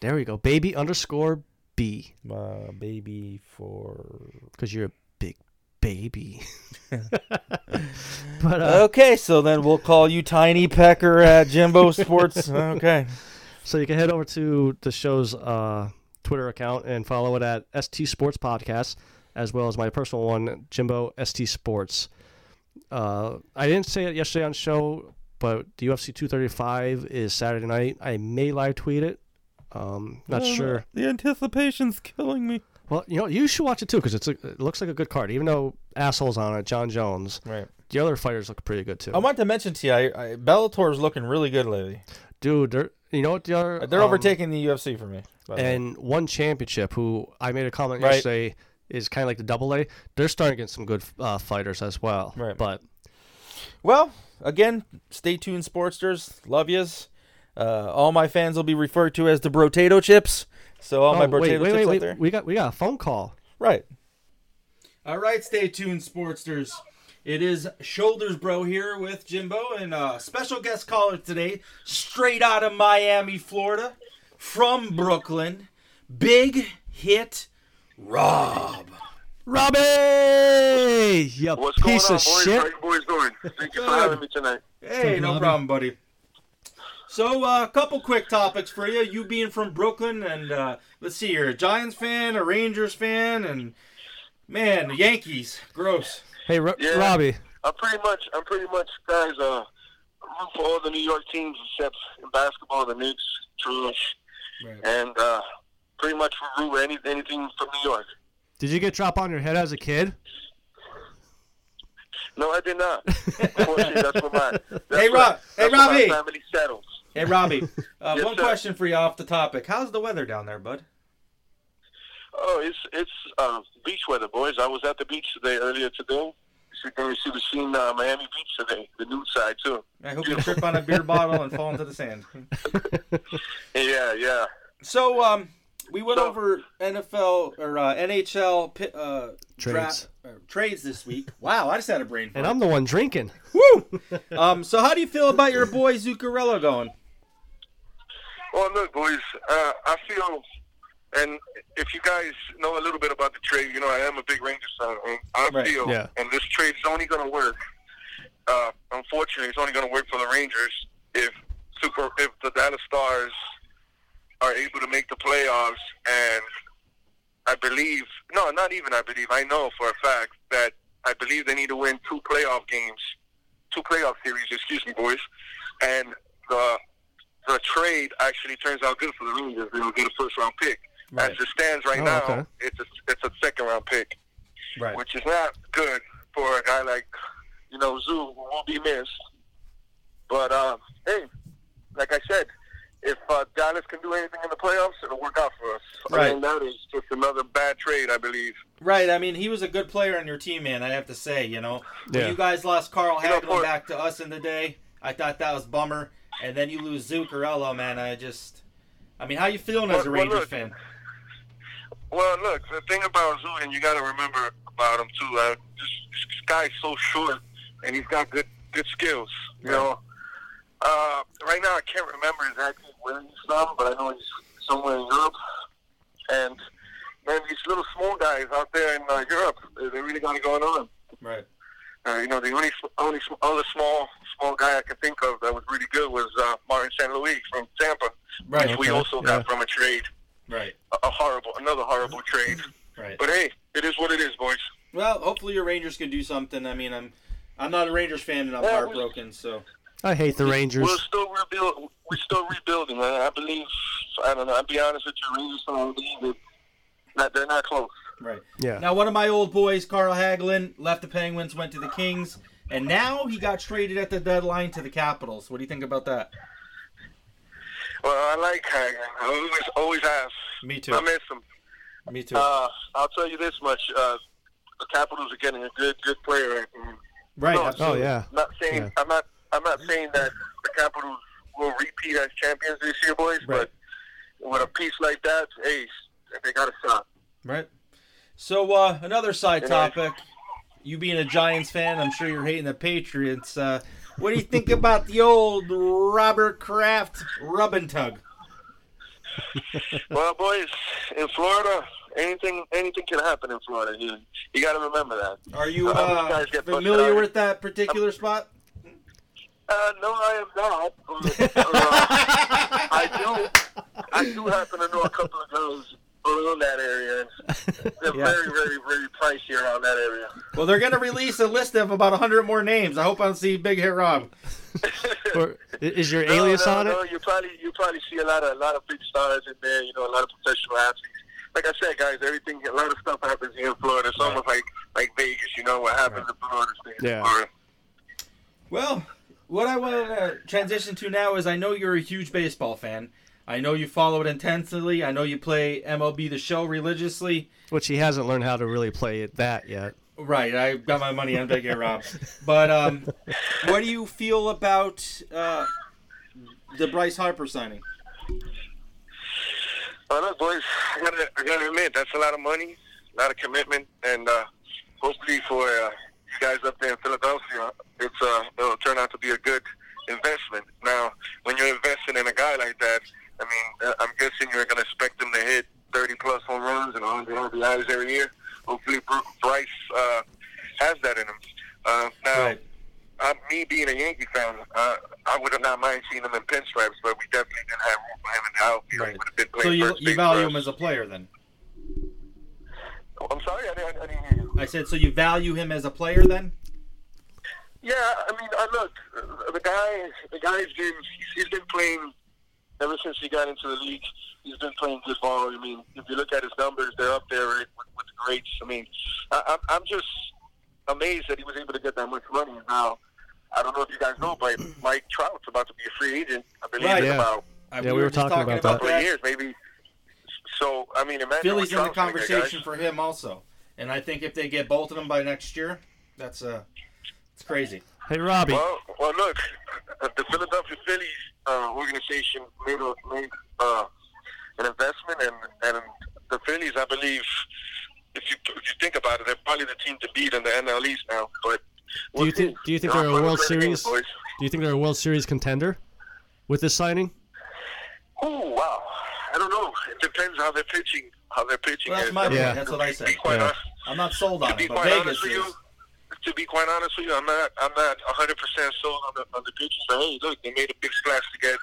[SPEAKER 2] There we go, baby underscore B.
[SPEAKER 3] my baby for
[SPEAKER 2] because you're a big baby. [laughs] but uh,
[SPEAKER 3] Okay, so then we'll call you Tiny Pecker at
[SPEAKER 2] [laughs]
[SPEAKER 3] Jimbo Sports. Okay.
[SPEAKER 2] so you can head over to the show's uh, Twitter account and follow it at ST Sports Podcast, as well as my personal one, Jimbo ST Sports. Uh, I didn't say it yesterday on show, but the UFC 235 is Saturday night. I may live tweet it. Um, not
[SPEAKER 3] Mm.
[SPEAKER 2] sure.
[SPEAKER 3] The anticipation's killing me.
[SPEAKER 2] Well, you know, you should watch it too because it's a, it looks like a good card. Even though assholes on it, John Jones,
[SPEAKER 3] Right.
[SPEAKER 2] the other fighters look pretty good too.
[SPEAKER 3] I want to mention to you, I, I, Bellator's looking really good lately.
[SPEAKER 2] Dude, they're you know what the other
[SPEAKER 3] They're
[SPEAKER 2] um,
[SPEAKER 3] overtaking the UFC for me. by the way.
[SPEAKER 2] and one championship who I made a comment
[SPEAKER 3] Right.
[SPEAKER 2] yesterday is kind of like the double A. They're starting to get some good uh, fighters as well.
[SPEAKER 3] Right.
[SPEAKER 2] But
[SPEAKER 3] well, again, stay tuned, Sportsters. Love yous. Uh, all my fans will be referred to as the Brotato Chips. So all my
[SPEAKER 2] Oh, wait,
[SPEAKER 3] Brotato
[SPEAKER 2] wait,
[SPEAKER 3] Chips
[SPEAKER 2] wait,
[SPEAKER 3] out
[SPEAKER 2] wait.
[SPEAKER 3] there.
[SPEAKER 2] We got we got a phone call.
[SPEAKER 3] Right. All right, stay tuned, Sportsters. It is Shoulders Bro here with Jimbo and uh, special guest caller today, straight out of Miami, Florida, from Brooklyn, Big Hit Rob.
[SPEAKER 2] Robbie, you
[SPEAKER 6] What's going
[SPEAKER 2] piece
[SPEAKER 6] on,
[SPEAKER 2] of
[SPEAKER 6] boys? How
[SPEAKER 2] shit.
[SPEAKER 6] you boys doing? Thank you for having me tonight.
[SPEAKER 3] Hey, no problem, buddy. So, uh, a couple quick topics for you. You being from Brooklyn, and uh, let's see, you're a Giants fan, a Rangers fan, and man, the Yankees, gross.
[SPEAKER 2] Hey, Ro-
[SPEAKER 6] Yeah.
[SPEAKER 2] Robbie.
[SPEAKER 6] I'm pretty much, I'm pretty much, guys. Uh, I root for all the New York teams except in basketball, the Knicks, trash,
[SPEAKER 3] Right.
[SPEAKER 6] and uh, pretty much root any, anything from New York.
[SPEAKER 2] Did you get drop on your head as a kid?
[SPEAKER 3] [laughs]
[SPEAKER 6] No, I did not. Unfortunately, that's what my that's
[SPEAKER 3] Hey,
[SPEAKER 6] what-
[SPEAKER 3] Rob. Hey,
[SPEAKER 6] that's what my
[SPEAKER 3] Robbie.
[SPEAKER 6] family settles.
[SPEAKER 3] Hey, Robbie, [laughs] uh,
[SPEAKER 6] Yes,
[SPEAKER 3] one
[SPEAKER 6] sir.
[SPEAKER 3] question for you off the topic. How's the weather down there, bud?
[SPEAKER 6] Oh, it's it's uh, beach weather, boys. I was at the beach today earlier today. You should, you should have seen uh, Miami Beach today, the nude side too.
[SPEAKER 3] I hope you trip on a
[SPEAKER 6] [laughs]
[SPEAKER 3] beer bottle and fall into the sand.
[SPEAKER 6] Yeah, yeah.
[SPEAKER 3] So, um, we went
[SPEAKER 6] So-
[SPEAKER 3] over NFL or uh, NHL pi- uh, dra-
[SPEAKER 2] Trades.
[SPEAKER 3] uh, trades this week. Wow, I just had a brain
[SPEAKER 2] And
[SPEAKER 3] fart.
[SPEAKER 2] I'm the one drinking.
[SPEAKER 3] Woo! um, so how do you feel about your boy Zuccarello going?
[SPEAKER 6] Well, look, boys, uh, I feel, and if you guys know a little bit about the trade, you know I am a big Rangers fan, and I
[SPEAKER 3] Right,
[SPEAKER 6] feel,
[SPEAKER 2] yeah.
[SPEAKER 6] and this trade's only going to work. Uh, unfortunately, it's only going to work for the Rangers if super if the Dallas Stars are able to make the playoffs, and I believe, no, not even I believe, I know for a fact that I believe they need to win two playoff games, two playoff series, excuse me, boys, and the the trade actually turns out good for the Rangers. They'll get a first round pick. As it stands right
[SPEAKER 2] Oh,
[SPEAKER 6] now,
[SPEAKER 2] okay.
[SPEAKER 6] it's a, it's a second round pick,
[SPEAKER 3] Right.
[SPEAKER 6] which is not good for a guy like you know Zoo, who will be missed. But um, hey, like I said, if uh, Dallas can do anything in the playoffs, it'll work out for us.
[SPEAKER 3] Right.
[SPEAKER 6] I mean, that is just another bad trade, I believe.
[SPEAKER 3] Right. I mean, he was a good player on your team, man. I have to say, you know, when
[SPEAKER 2] Yeah.
[SPEAKER 3] you guys lost Carl
[SPEAKER 6] You know,
[SPEAKER 3] Hagelin
[SPEAKER 6] for-
[SPEAKER 3] back to us in the day, I thought that was bummer. And then you lose Zuccarello, man. I just, I mean, how you feeling as a
[SPEAKER 6] Well, well,
[SPEAKER 3] Rangers
[SPEAKER 6] look.
[SPEAKER 3] fan?
[SPEAKER 6] Well, look, the thing about Zoo, and you got to remember about him too. Uh, this, this guy's so short, and he's got good good skills. You know, uh, right now I can't remember exactly where he's from, but I know he's somewhere in Europe. And man, these little small guys out there in uh, Europe, they they really got it going on.
[SPEAKER 3] Right.
[SPEAKER 6] Uh, you know, the only only sm- other small small guy I could think of that was really good was uh, Martin San Luis from Tampa,
[SPEAKER 3] Right.
[SPEAKER 6] which we
[SPEAKER 2] okay,
[SPEAKER 6] also
[SPEAKER 2] yeah.
[SPEAKER 6] got from a trade,
[SPEAKER 3] Right.
[SPEAKER 6] a, a horrible, another horrible trade.
[SPEAKER 3] Right.
[SPEAKER 6] But hey, it is what it is, boys.
[SPEAKER 3] Well, hopefully your Rangers can do something. I mean, I'm, I'm not a Rangers fan, and I'm
[SPEAKER 6] Well, we-
[SPEAKER 3] heartbroken. So.
[SPEAKER 2] [laughs] I hate the Rangers.
[SPEAKER 6] We're still rebuild. We're still rebuilding. man. I believe. I don't know. I'll be honest with you, Rangers. I don't believe it. That they're not close.
[SPEAKER 3] Right.
[SPEAKER 2] Yeah.
[SPEAKER 3] Now, one of my old boys, Carl Hagelin, left the Penguins, went to the Kings, and now he got traded at the deadline to the Capitals. What do you think about that?
[SPEAKER 6] Well, I like Hagen. I always always have.
[SPEAKER 3] Me
[SPEAKER 6] I miss him.
[SPEAKER 3] Me too.
[SPEAKER 6] Uh, I'll tell you this much: uh, the Capitals are getting a good good player. Right now.
[SPEAKER 3] right.
[SPEAKER 6] no,
[SPEAKER 2] oh
[SPEAKER 3] absolutely.
[SPEAKER 6] [laughs]
[SPEAKER 2] yeah.
[SPEAKER 6] I'm not saying
[SPEAKER 2] Yeah.
[SPEAKER 6] I'm not. I'm not saying that the Capitals will repeat as champions this year, boys.
[SPEAKER 3] Right.
[SPEAKER 6] But with a piece like that, hey, they got a shot.
[SPEAKER 3] Right. So uh, another side
[SPEAKER 6] Yeah.
[SPEAKER 3] topic. You being a Giants fan, I'm sure you're hating the Patriots. Uh, what do you think about the old Robert Kraft rub and tug?
[SPEAKER 6] Well, boys, in Florida, anything anything can happen in Florida. You, you got to remember that.
[SPEAKER 3] Are you
[SPEAKER 6] Uh, these
[SPEAKER 3] uh,
[SPEAKER 6] guys get busted
[SPEAKER 3] familiar
[SPEAKER 6] out.
[SPEAKER 3] with that particular spot?
[SPEAKER 6] Uh, no, I am not. [laughs] but, uh, I do I do happen to know a couple of girls around that area. They're
[SPEAKER 3] Yeah.
[SPEAKER 6] very, very, very pricey around that area.
[SPEAKER 3] Well, they're gonna release a list of about 100 more names. I hope I don't see Big Hit Rob.
[SPEAKER 2] [laughs] Or, i- is your
[SPEAKER 6] [laughs] No,
[SPEAKER 2] alias
[SPEAKER 6] no,
[SPEAKER 2] on
[SPEAKER 6] no,
[SPEAKER 2] it?
[SPEAKER 6] You probably you probably see a lot of a lot of big stars in there. You know, a lot of professional athletes. Like I said, guys, everything a lot of stuff happens here in Florida. It's almost like like Vegas. You know what happens in Florida stays in
[SPEAKER 2] Yeah.
[SPEAKER 6] Florida.
[SPEAKER 3] Well, what I want to transition to now is I know you're a huge baseball fan. I know you follow it intensely. I know you play MLB The Show religiously.
[SPEAKER 2] Which he hasn't learned how to really play it that yet.
[SPEAKER 3] Right, I got my money on Big Air Rob. But um, what do you feel about uh, the Bryce Harper signing?
[SPEAKER 6] Well, look, boys, I gotta, I gotta admit, that's a lot of money, a lot of commitment, and uh, hopefully for uh, you guys up there in Philadelphia, it's uh, it'll turn out to be a good investment. Now, when you're investing in a guy like that, I mean, uh, I'm guessing you're gonna expect him to hit 30 plus home runs and 100 RBIs every year. Hopefully, Bru- Bryce uh, has that in him. Uh, now,
[SPEAKER 3] Right.
[SPEAKER 6] uh, me being a Yankee fan, uh, I would have not mind seeing him in pinstripes, but we definitely didn't have room for him in the outfield. He
[SPEAKER 3] Right.
[SPEAKER 6] would have been
[SPEAKER 3] So
[SPEAKER 6] playing
[SPEAKER 3] you,
[SPEAKER 6] first
[SPEAKER 3] you
[SPEAKER 6] base
[SPEAKER 3] value
[SPEAKER 6] for
[SPEAKER 3] him
[SPEAKER 6] us.
[SPEAKER 3] as a player then?
[SPEAKER 6] I'm sorry, I didn't, I didn't hear you.
[SPEAKER 3] I said, so you value him as a player then?
[SPEAKER 6] Yeah, I mean, I look, uh, the guy, the guy's been, he's been playing ever since he got into the league. He's been playing good ball. I mean, if you look at his numbers, they're up there right, with, with the greats. I mean, I, I'm, I'm just amazed that he was able to get that much money. Now, I don't know if you guys know, but Mike Trout's about to be a free agent. I believe
[SPEAKER 3] Right.
[SPEAKER 6] in
[SPEAKER 2] Yeah.
[SPEAKER 6] about
[SPEAKER 3] Uh,
[SPEAKER 2] Yeah, we were
[SPEAKER 3] just
[SPEAKER 2] talking about that.
[SPEAKER 6] a couple of years, maybe. So I mean, imagine
[SPEAKER 3] Philly's in
[SPEAKER 6] what
[SPEAKER 3] the
[SPEAKER 6] Trout's gonna get,
[SPEAKER 3] conversation
[SPEAKER 6] guys.
[SPEAKER 3] for him also, and I think if they get both of them by next year, that's uh, it's crazy.
[SPEAKER 2] Hey, Robbie.
[SPEAKER 6] Well, well, look, uh, the Philadelphia Phillies uh, organization made a, made uh, an investment, and and the Phillies, I believe, if you if you think about it, they're probably the team to beat in the NL East now.
[SPEAKER 2] do
[SPEAKER 6] But we'll
[SPEAKER 2] you
[SPEAKER 6] see.
[SPEAKER 2] think? Do you think
[SPEAKER 6] They're
[SPEAKER 2] they're
[SPEAKER 6] not
[SPEAKER 2] a
[SPEAKER 6] playing
[SPEAKER 2] World
[SPEAKER 6] with their
[SPEAKER 2] Series?
[SPEAKER 6] games,
[SPEAKER 2] Do
[SPEAKER 6] boys.
[SPEAKER 2] you think they're a World Series contender with this signing?
[SPEAKER 6] Oh wow! I don't know. It depends how they're pitching. How they're pitching.
[SPEAKER 3] Well, that's
[SPEAKER 6] is.
[SPEAKER 3] my
[SPEAKER 2] Yeah.
[SPEAKER 3] point. That's what I
[SPEAKER 6] To
[SPEAKER 3] said.
[SPEAKER 6] be quite
[SPEAKER 2] Yeah.
[SPEAKER 6] honest,
[SPEAKER 3] I'm not sold on
[SPEAKER 6] to be
[SPEAKER 3] it, but
[SPEAKER 6] quite
[SPEAKER 3] Vegas
[SPEAKER 6] honest with you,
[SPEAKER 3] is.
[SPEAKER 6] to be quite honest with you, I'm not. I'm not 100 percent sold on the on the pitchers. But hey, look, they made a big splash to get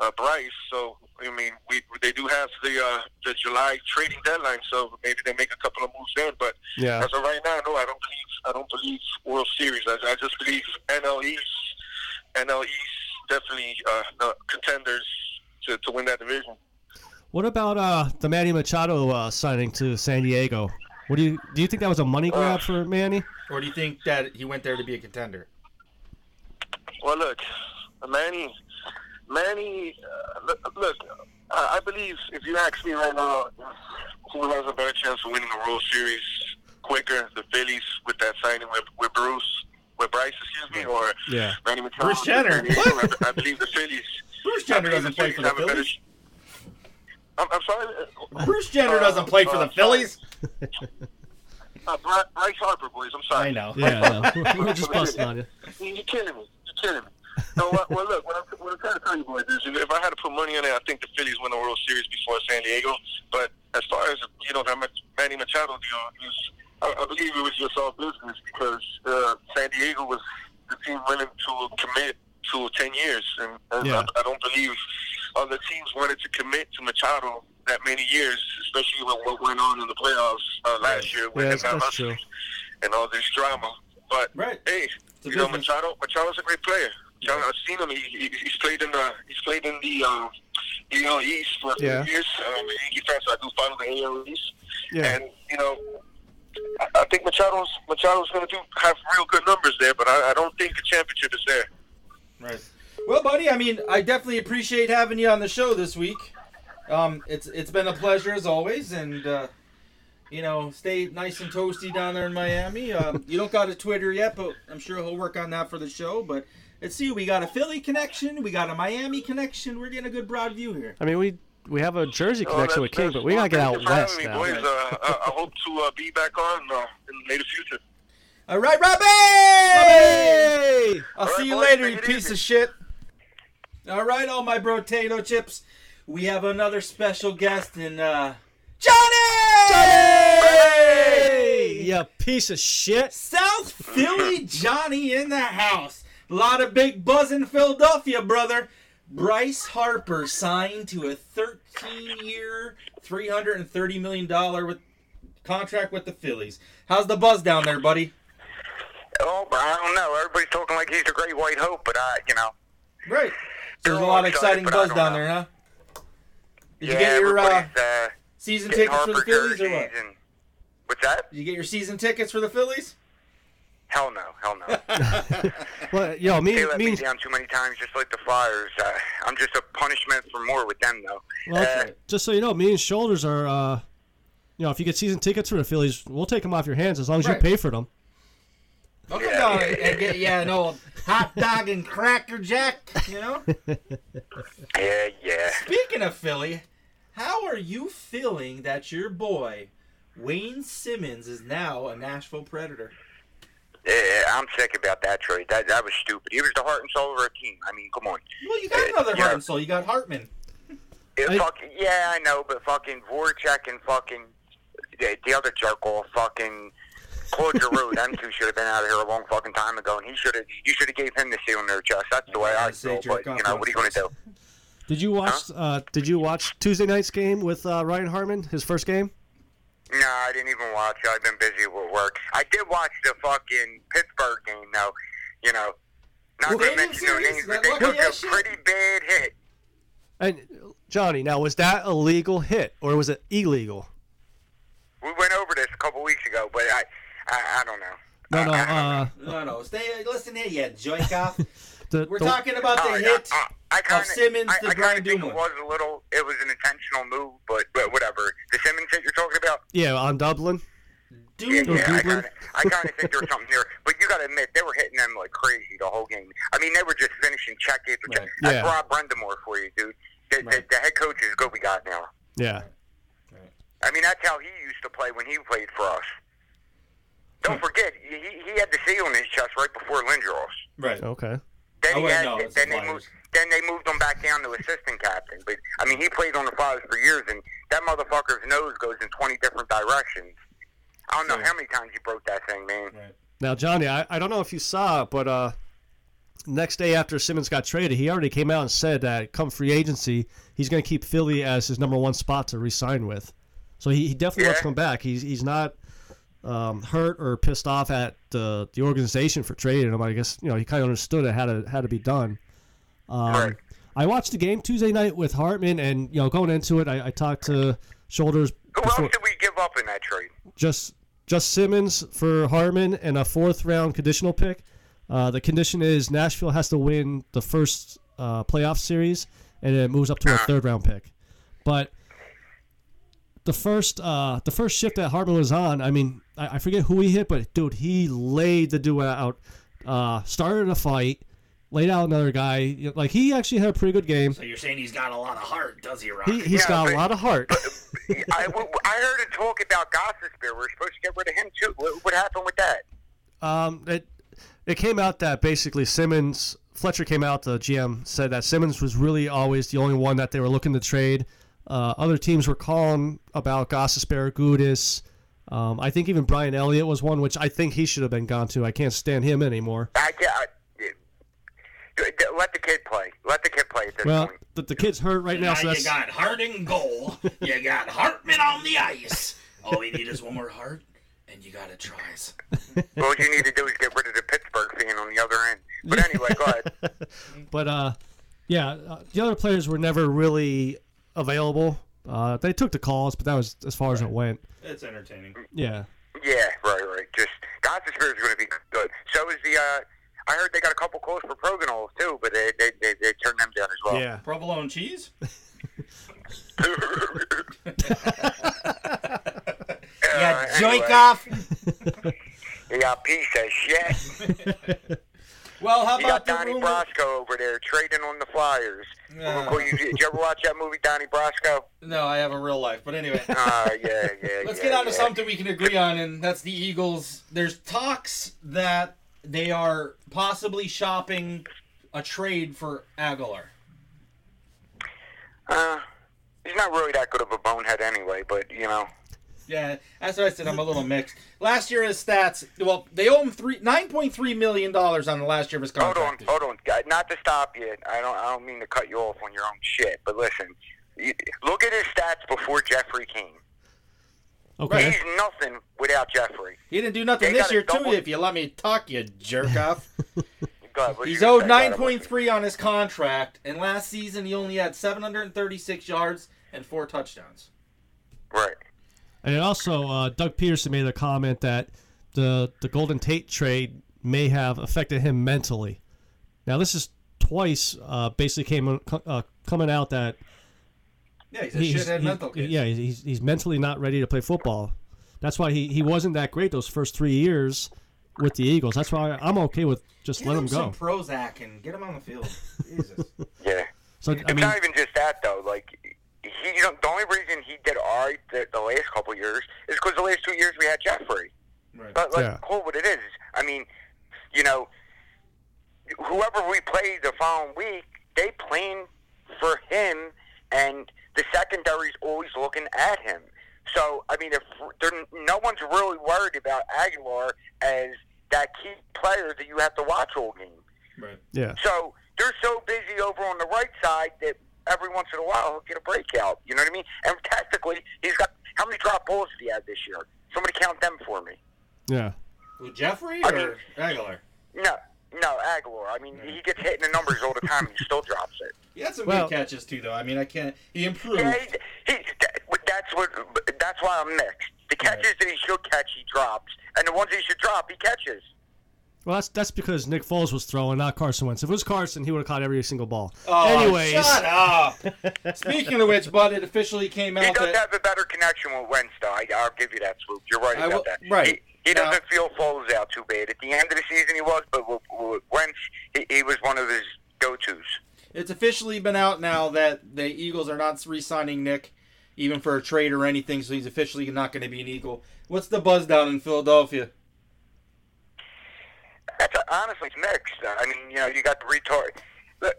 [SPEAKER 6] uh, Bryce. So I mean, we they do have the uh, the July trading deadline. So maybe they make a couple of moves then. But
[SPEAKER 2] Yeah.
[SPEAKER 6] as of right now, no, I don't believe. I don't believe World Series. I, I just believe NL East. NL East definitely uh, the contenders to, to win that division.
[SPEAKER 2] What about uh, the Manny Machado uh, signing to San Diego? What do you do? You think that was a money
[SPEAKER 6] Uh.
[SPEAKER 2] grab for Manny?
[SPEAKER 3] Or do you think that he went there to be a contender?
[SPEAKER 6] Well, look, Manny, Manny, uh, look, look I, I believe if you ask me right now, who has a better chance of winning the World Series quicker, the Phillies with that signing with, with Bruce, with Bryce, excuse me, or
[SPEAKER 2] Yeah.
[SPEAKER 6] Manny Machado?
[SPEAKER 3] Bruce Jenner.
[SPEAKER 6] I, I believe the Phillies.
[SPEAKER 3] Bruce
[SPEAKER 6] I
[SPEAKER 3] Jenner
[SPEAKER 6] believe
[SPEAKER 3] doesn't play for the
[SPEAKER 6] have a better
[SPEAKER 3] Phillies.
[SPEAKER 6] ch- I'm, I'm sorry. uh,
[SPEAKER 3] Bruce Jenner doesn't play for the Phillies.
[SPEAKER 6] Uh, Bry- Bryce Harper, boys. I'm sorry.
[SPEAKER 3] I
[SPEAKER 6] [laughs]
[SPEAKER 3] know.
[SPEAKER 2] Yeah. no. [laughs] We're just busting on you.
[SPEAKER 6] You- You're killing me. You're killing me. No,
[SPEAKER 2] [laughs]
[SPEAKER 6] well, well look, what I'm, what I'm trying to tell you boys is if I had to put money on it, I think the Phillies win the World Series before San Diego. But as far as, you know, that Mach- Manny Machado deal, is, I, I believe it was just all business because uh, San Diego was the team willing to commit to 10 years. And, and
[SPEAKER 2] Yeah.
[SPEAKER 6] I, I don't believe other teams wanted to commit to Machado that many years, especially with what went on in the playoffs uh, last year with
[SPEAKER 2] Yeah,
[SPEAKER 6] the
[SPEAKER 2] that's- that's
[SPEAKER 6] Mets
[SPEAKER 2] true.
[SPEAKER 6] and all this drama. But
[SPEAKER 3] Right.
[SPEAKER 6] hey,
[SPEAKER 3] a
[SPEAKER 6] you know
[SPEAKER 3] business.
[SPEAKER 6] Machado. Machado's a great player. Machado, I've seen him. He, he, he's played in the he's played in the uh, AL East for a few
[SPEAKER 2] Yeah.
[SPEAKER 6] years. Um, the Yankee fans, I do follow the AL East,
[SPEAKER 2] Yeah.
[SPEAKER 6] and you know, I, I think Machado's Machado's going to do have real good numbers there. But I, I don't think the championship is there.
[SPEAKER 3] Right. Well, buddy, I mean, I definitely appreciate having you on the show this week. Um, it's it's been a pleasure as always, and uh, you know, stay nice and toasty down there in Miami. Um, you don't got a Twitter yet, but I'm sure he'll work on that for the show. But let's see, we got a Philly connection, we got a Miami connection. We're getting a good broad view here.
[SPEAKER 2] I mean, we we have a Jersey
[SPEAKER 6] No,
[SPEAKER 2] connection
[SPEAKER 6] that's-
[SPEAKER 2] with King,
[SPEAKER 6] Oh, that's-
[SPEAKER 2] but we
[SPEAKER 6] well,
[SPEAKER 2] gotta get
[SPEAKER 6] thank
[SPEAKER 2] out
[SPEAKER 6] you for having
[SPEAKER 2] west
[SPEAKER 6] me,
[SPEAKER 2] now.
[SPEAKER 6] Boys, uh, I, I hope to uh, be back on uh, in the near future.
[SPEAKER 3] All right, Robbie!
[SPEAKER 2] Hey!
[SPEAKER 3] I'll
[SPEAKER 6] All
[SPEAKER 3] see
[SPEAKER 6] right,
[SPEAKER 3] you
[SPEAKER 6] boys,
[SPEAKER 3] later,
[SPEAKER 6] take
[SPEAKER 3] you
[SPEAKER 6] it
[SPEAKER 3] piece
[SPEAKER 6] easy.
[SPEAKER 3] of shit. All right, all my potato chips. We have another special guest in uh, Johnny.
[SPEAKER 2] Hey! You piece of shit.
[SPEAKER 3] South Philly Johnny in the house. A lot of big buzz in Philadelphia, brother. Bryce Harper signed to a 13-year, $330 million with, contract with the Phillies. How's the buzz down there, buddy?
[SPEAKER 7] Oh, but I don't know. Everybody's talking like he's the great white hope, but I, you know,
[SPEAKER 3] Great. There's a
[SPEAKER 7] They're
[SPEAKER 3] lot
[SPEAKER 7] all
[SPEAKER 3] of
[SPEAKER 7] excited,
[SPEAKER 3] exciting
[SPEAKER 7] but I
[SPEAKER 3] buzz
[SPEAKER 7] don't
[SPEAKER 3] down
[SPEAKER 7] know.
[SPEAKER 3] there, huh? Did you
[SPEAKER 7] yeah,
[SPEAKER 3] get your uh,
[SPEAKER 7] everybody's uh,
[SPEAKER 3] season
[SPEAKER 7] getting
[SPEAKER 3] tickets
[SPEAKER 7] Harper
[SPEAKER 3] for the Phillies or
[SPEAKER 7] jerseys
[SPEAKER 3] what?
[SPEAKER 7] and what's that?
[SPEAKER 3] Did you get your season tickets for the Phillies?
[SPEAKER 7] Hell no, hell no.
[SPEAKER 2] Well, yo, me,
[SPEAKER 7] they let me
[SPEAKER 2] me,
[SPEAKER 7] down too many times, just like the Flyers. Uh, I'm just a punishment for more with them, though.
[SPEAKER 2] well,
[SPEAKER 7] uh,
[SPEAKER 2] just so you know, me and Shoulders are, uh, you know, if you get season tickets for the Phillies, we'll take them off your hands as long as you
[SPEAKER 3] Right.
[SPEAKER 2] pay for them.
[SPEAKER 3] I'll come down and, and get you an old hot dog and cracker jack, you know?
[SPEAKER 7] yeah, yeah.
[SPEAKER 3] Speaking of Philly, how are you feeling that your boy Wayne Simmons is now a Nashville Predator?
[SPEAKER 7] Yeah, I'm sick about that trade. That that was stupid. He was the heart and soul of our team. I mean, come on.
[SPEAKER 3] Well, you got
[SPEAKER 7] Uh,
[SPEAKER 3] another
[SPEAKER 7] yeah.
[SPEAKER 3] heart and soul. You got Hartman.
[SPEAKER 7] It,
[SPEAKER 2] I-
[SPEAKER 7] fucking, yeah, I know, but fucking Voracek and fucking the, the other jerk off, fucking Claude Giroux, them two should have been out of here a long fucking time ago, and he should have. You should have gave him the seal in their chest. That's the way
[SPEAKER 3] I
[SPEAKER 7] I
[SPEAKER 3] say
[SPEAKER 7] feel. But
[SPEAKER 3] jerk off
[SPEAKER 7] you know, what are you gonna do?
[SPEAKER 2] Did you watch? Uh, did you watch Tuesday night's game with uh, Ryan Hartman? His first game.
[SPEAKER 7] No, I didn't even watch. it. I've been busy with work. I did watch the fucking Pittsburgh game, though. You know, not
[SPEAKER 3] Well,
[SPEAKER 7] to mention no
[SPEAKER 3] serious?
[SPEAKER 7] names,
[SPEAKER 3] That
[SPEAKER 7] but they
[SPEAKER 3] lucky
[SPEAKER 7] took
[SPEAKER 3] ass
[SPEAKER 7] a
[SPEAKER 3] shit.
[SPEAKER 7] pretty bad hit.
[SPEAKER 2] And Johnny, now was that a legal hit or was it illegal?
[SPEAKER 7] We went over this a couple weeks ago, but I, I, I don't know.
[SPEAKER 2] No, no. Uh,
[SPEAKER 3] No, no. Stay. Listen here, you joke off. [laughs]
[SPEAKER 2] the,
[SPEAKER 3] We're
[SPEAKER 2] the-
[SPEAKER 3] talking about
[SPEAKER 6] Oh,
[SPEAKER 3] the
[SPEAKER 6] yeah,
[SPEAKER 3] hit.
[SPEAKER 6] uh, I
[SPEAKER 3] of
[SPEAKER 6] kinda,
[SPEAKER 3] Simmons
[SPEAKER 6] I,
[SPEAKER 3] to
[SPEAKER 6] I
[SPEAKER 3] Brian
[SPEAKER 6] kinda think
[SPEAKER 3] Dumoulin.
[SPEAKER 6] it was a little. It was an intentional move, but but whatever. The Simmons hit you're talking about.
[SPEAKER 2] Yeah, on Dublin.
[SPEAKER 6] Yeah,
[SPEAKER 3] Dude,
[SPEAKER 6] yeah, I
[SPEAKER 2] Dublin.
[SPEAKER 6] kind of, I kind of think there was something there, but you got to admit they were hitting them like crazy the whole game. I mean, they were just finishing check after check.
[SPEAKER 3] Right.
[SPEAKER 6] That's
[SPEAKER 2] Yeah.
[SPEAKER 6] Rob Brendamore for you, dude. The, the-
[SPEAKER 3] Right.
[SPEAKER 6] the, head coach is good. We got now.
[SPEAKER 2] Yeah.
[SPEAKER 6] I mean, that's how he used to play when he played for us.
[SPEAKER 3] Hmm.
[SPEAKER 6] Don't forget, he, he had the seal on his chest right before Lindros.
[SPEAKER 3] right.
[SPEAKER 2] Okay.
[SPEAKER 3] Oh,
[SPEAKER 6] Then,
[SPEAKER 3] I
[SPEAKER 6] he
[SPEAKER 3] wouldn't
[SPEAKER 6] had,
[SPEAKER 3] know, it's
[SPEAKER 6] then
[SPEAKER 3] the
[SPEAKER 6] they
[SPEAKER 3] Flyers.
[SPEAKER 6] moved. Then they moved him back down to assistant captain. But I mean, he played on the Flyers for years, and that motherfucker's nose goes in twenty different directions. I don't know how many times you broke that thing, man.
[SPEAKER 3] Right.
[SPEAKER 2] Now, Johnny, I, I don't know if you saw it, but uh, next day after Simmons got traded, he already came out and said that come free agency, he's going to keep Philly as his number one spot to re-sign with. So he, he definitely wants to
[SPEAKER 6] Yeah.
[SPEAKER 2] come back. He's he's not um, hurt or pissed off at the the organization for trading him. I guess you know he kind of understood it had to had to be done. Um,
[SPEAKER 6] Right.
[SPEAKER 2] I watched the game Tuesday night with Hartman, and you know going into it, I, I talked to Shoulders
[SPEAKER 6] Who
[SPEAKER 2] before-
[SPEAKER 6] else did we give up in that trade?
[SPEAKER 2] just just Simmons for Harmon and a fourth round conditional pick. Uh, the condition is Nashville has to win the first uh, playoff series, and it moves up to a third round pick. But the first uh, the first shift that Harmon was on, I mean, I, I forget who he hit, but dude, he laid the dude out, uh, started a fight, laid out another guy. Like he actually had a pretty good game.
[SPEAKER 3] So you're saying he's got a lot of heart, does he, Rock?
[SPEAKER 2] He, he's
[SPEAKER 6] Yeah,
[SPEAKER 2] got a
[SPEAKER 6] but-
[SPEAKER 2] lot of heart.
[SPEAKER 6] I, w- I heard a talk about Gossesbeer. We're supposed to get rid of him too. What, what happened with that?
[SPEAKER 2] Um, it it came out that basically Simmons Fletcher came out. The GM said that Simmons was really always the only one that they were looking to trade. Uh, other teams were calling about Gossespierre, Gudis. Um, I think even Brian Elliott was one, which I think he should have been gone to. I can't stand him anymore.
[SPEAKER 6] I, ca- I, let the kid play. Let the kid play at this
[SPEAKER 2] Well,
[SPEAKER 6] point.
[SPEAKER 2] the, the kid's hurt right now,
[SPEAKER 3] Now
[SPEAKER 2] so
[SPEAKER 3] you
[SPEAKER 2] that's
[SPEAKER 3] got Hart in goal. You got Hartman on the ice. All we need is one more heart, and you got it tries.
[SPEAKER 6] Well, what you need to do is get rid of the Pittsburgh fan on the other end. But anyway,
[SPEAKER 2] [laughs]
[SPEAKER 6] go ahead.
[SPEAKER 2] But uh, yeah, uh, the other players were never really available. Uh, they took the calls, but that was as far as it went.
[SPEAKER 3] It's entertaining.
[SPEAKER 2] Yeah.
[SPEAKER 6] Yeah, right, right. Just Gossesbeer is going to be good. So is the. Uh, I heard they got a couple calls for Progonol too, but they they, they they turned them down as well.
[SPEAKER 2] [laughs] Yeah.
[SPEAKER 3] Provolone cheese?
[SPEAKER 6] [laughs] Uh,
[SPEAKER 3] Yeah,
[SPEAKER 6] anyway,
[SPEAKER 3] joke off.
[SPEAKER 6] Yeah, piece of shit.
[SPEAKER 3] Well, how
[SPEAKER 6] You got
[SPEAKER 3] about the
[SPEAKER 6] Donnie
[SPEAKER 3] rumor?
[SPEAKER 6] Brasco over there trading on the Flyers.
[SPEAKER 3] Yeah.
[SPEAKER 6] Cool, you, did you ever watch that movie,
[SPEAKER 3] [laughs]
[SPEAKER 6] Donnie Brasco?
[SPEAKER 3] No, I have a real life, but anyway.
[SPEAKER 6] Uh, [laughs] yeah, yeah.
[SPEAKER 3] Let's
[SPEAKER 6] yeah,
[SPEAKER 3] get on to
[SPEAKER 6] yeah.
[SPEAKER 3] something we can agree on, and that's the Eagles. There's talks that they are possibly shopping a trade for Aguilar.
[SPEAKER 6] Uh, he's not really that good of a bonehead anyway, but you know.
[SPEAKER 3] Yeah, that's what I said. I'm a little mixed. Last year his stats. Well, they owe him three nine point three million dollars on the last year of his
[SPEAKER 6] Hold on,
[SPEAKER 3] contract.
[SPEAKER 6] hold on. Uh, Not to stop you. I don't. I don't mean to cut you off on your own shit, but listen. You, look at his stats before Jeffrey came.
[SPEAKER 2] Okay.
[SPEAKER 6] He's nothing without Jeffrey.
[SPEAKER 3] He didn't do nothing
[SPEAKER 6] They
[SPEAKER 3] this
[SPEAKER 6] got a
[SPEAKER 3] year too.
[SPEAKER 6] double-
[SPEAKER 3] If you let me talk, you
[SPEAKER 6] [laughs]
[SPEAKER 3] jerk off.
[SPEAKER 6] Go ahead, what
[SPEAKER 3] He's
[SPEAKER 6] you gonna
[SPEAKER 3] owed
[SPEAKER 6] say? Go ahead,
[SPEAKER 3] nine
[SPEAKER 6] I'm listening.
[SPEAKER 3] point three on his contract, and last season he only had seven hundred and thirty six yards and four touchdowns.
[SPEAKER 6] Right.
[SPEAKER 2] And it also, uh, Doug Peterson made a comment that the the Golden Tate trade may have affected him mentally. Now, this is twice uh, basically came uh, coming out that
[SPEAKER 3] Yeah, he's a shithead
[SPEAKER 2] he-
[SPEAKER 3] mental kid.
[SPEAKER 2] yeah, he's, he's, he's mentally not ready to play football. That's why he, he wasn't that great those first three years with the Eagles. That's why I'm okay with just
[SPEAKER 3] Get
[SPEAKER 2] let
[SPEAKER 3] him
[SPEAKER 2] him
[SPEAKER 3] some
[SPEAKER 2] go.
[SPEAKER 3] Prozac and get him on the
[SPEAKER 2] [laughs]
[SPEAKER 3] field. Jesus.
[SPEAKER 6] Yeah.
[SPEAKER 2] So I
[SPEAKER 6] it's
[SPEAKER 2] mean,
[SPEAKER 6] not even just that though. Like he, you know, the only reason he did all right the, the last couple years is because the last two years we had Jeffrey.
[SPEAKER 3] Right.
[SPEAKER 6] But like,
[SPEAKER 2] Yeah.
[SPEAKER 6] cool, what it is. I mean, you know, whoever we play the following week, they playing for him, and the secondary's always looking at him. So I mean, if there, no one's really worried about Aguilar as that key player that you have to watch all game.
[SPEAKER 3] Right.
[SPEAKER 2] yeah,
[SPEAKER 6] So they're so busy over on the right side that every once in a while he'll get a breakout. You know what I mean? And tactically, he's got how many drop balls did he have this year? Somebody count them for me.
[SPEAKER 2] yeah.
[SPEAKER 3] Who, Jeffrey
[SPEAKER 6] I mean-
[SPEAKER 3] or Aguilar?
[SPEAKER 6] No, no, Aguilar. I mean, he gets hit in the numbers all the time. and he still drops it.
[SPEAKER 3] [laughs] He had some
[SPEAKER 2] Well-
[SPEAKER 3] good catches too, though. I mean, I can't. He improved.
[SPEAKER 6] Yeah, he, he, that, that's what. That's why I'm mixed. The catches that he should catch, he drops, and the ones that he should drop, he catches.
[SPEAKER 2] Well, that's that's because Nick Foles was throwing, not Carson Wentz. If it was Carson, he would have caught every single ball.
[SPEAKER 3] Oh,
[SPEAKER 2] Anyways,
[SPEAKER 3] shut up. Speaking of which, bud, it officially came
[SPEAKER 6] He
[SPEAKER 3] out
[SPEAKER 6] does
[SPEAKER 3] that
[SPEAKER 6] have a better connection with Wentz, though. I, I'll give you that swoop. You're right
[SPEAKER 3] I
[SPEAKER 6] about
[SPEAKER 3] will-
[SPEAKER 6] that.
[SPEAKER 3] right.
[SPEAKER 6] He, he
[SPEAKER 3] Now-
[SPEAKER 6] doesn't feel Foles out too bad. At the end of the season, he was, but with, with Wentz, he, he was one of his go-tos.
[SPEAKER 3] it's officially been out now that the Eagles are not re-signing Nick, even for a trade or anything. So he's officially not going to be an Eagle. What's the buzz down in Philadelphia?
[SPEAKER 6] That's honestly it's mixed. I mean, you know, you got the retard. Look,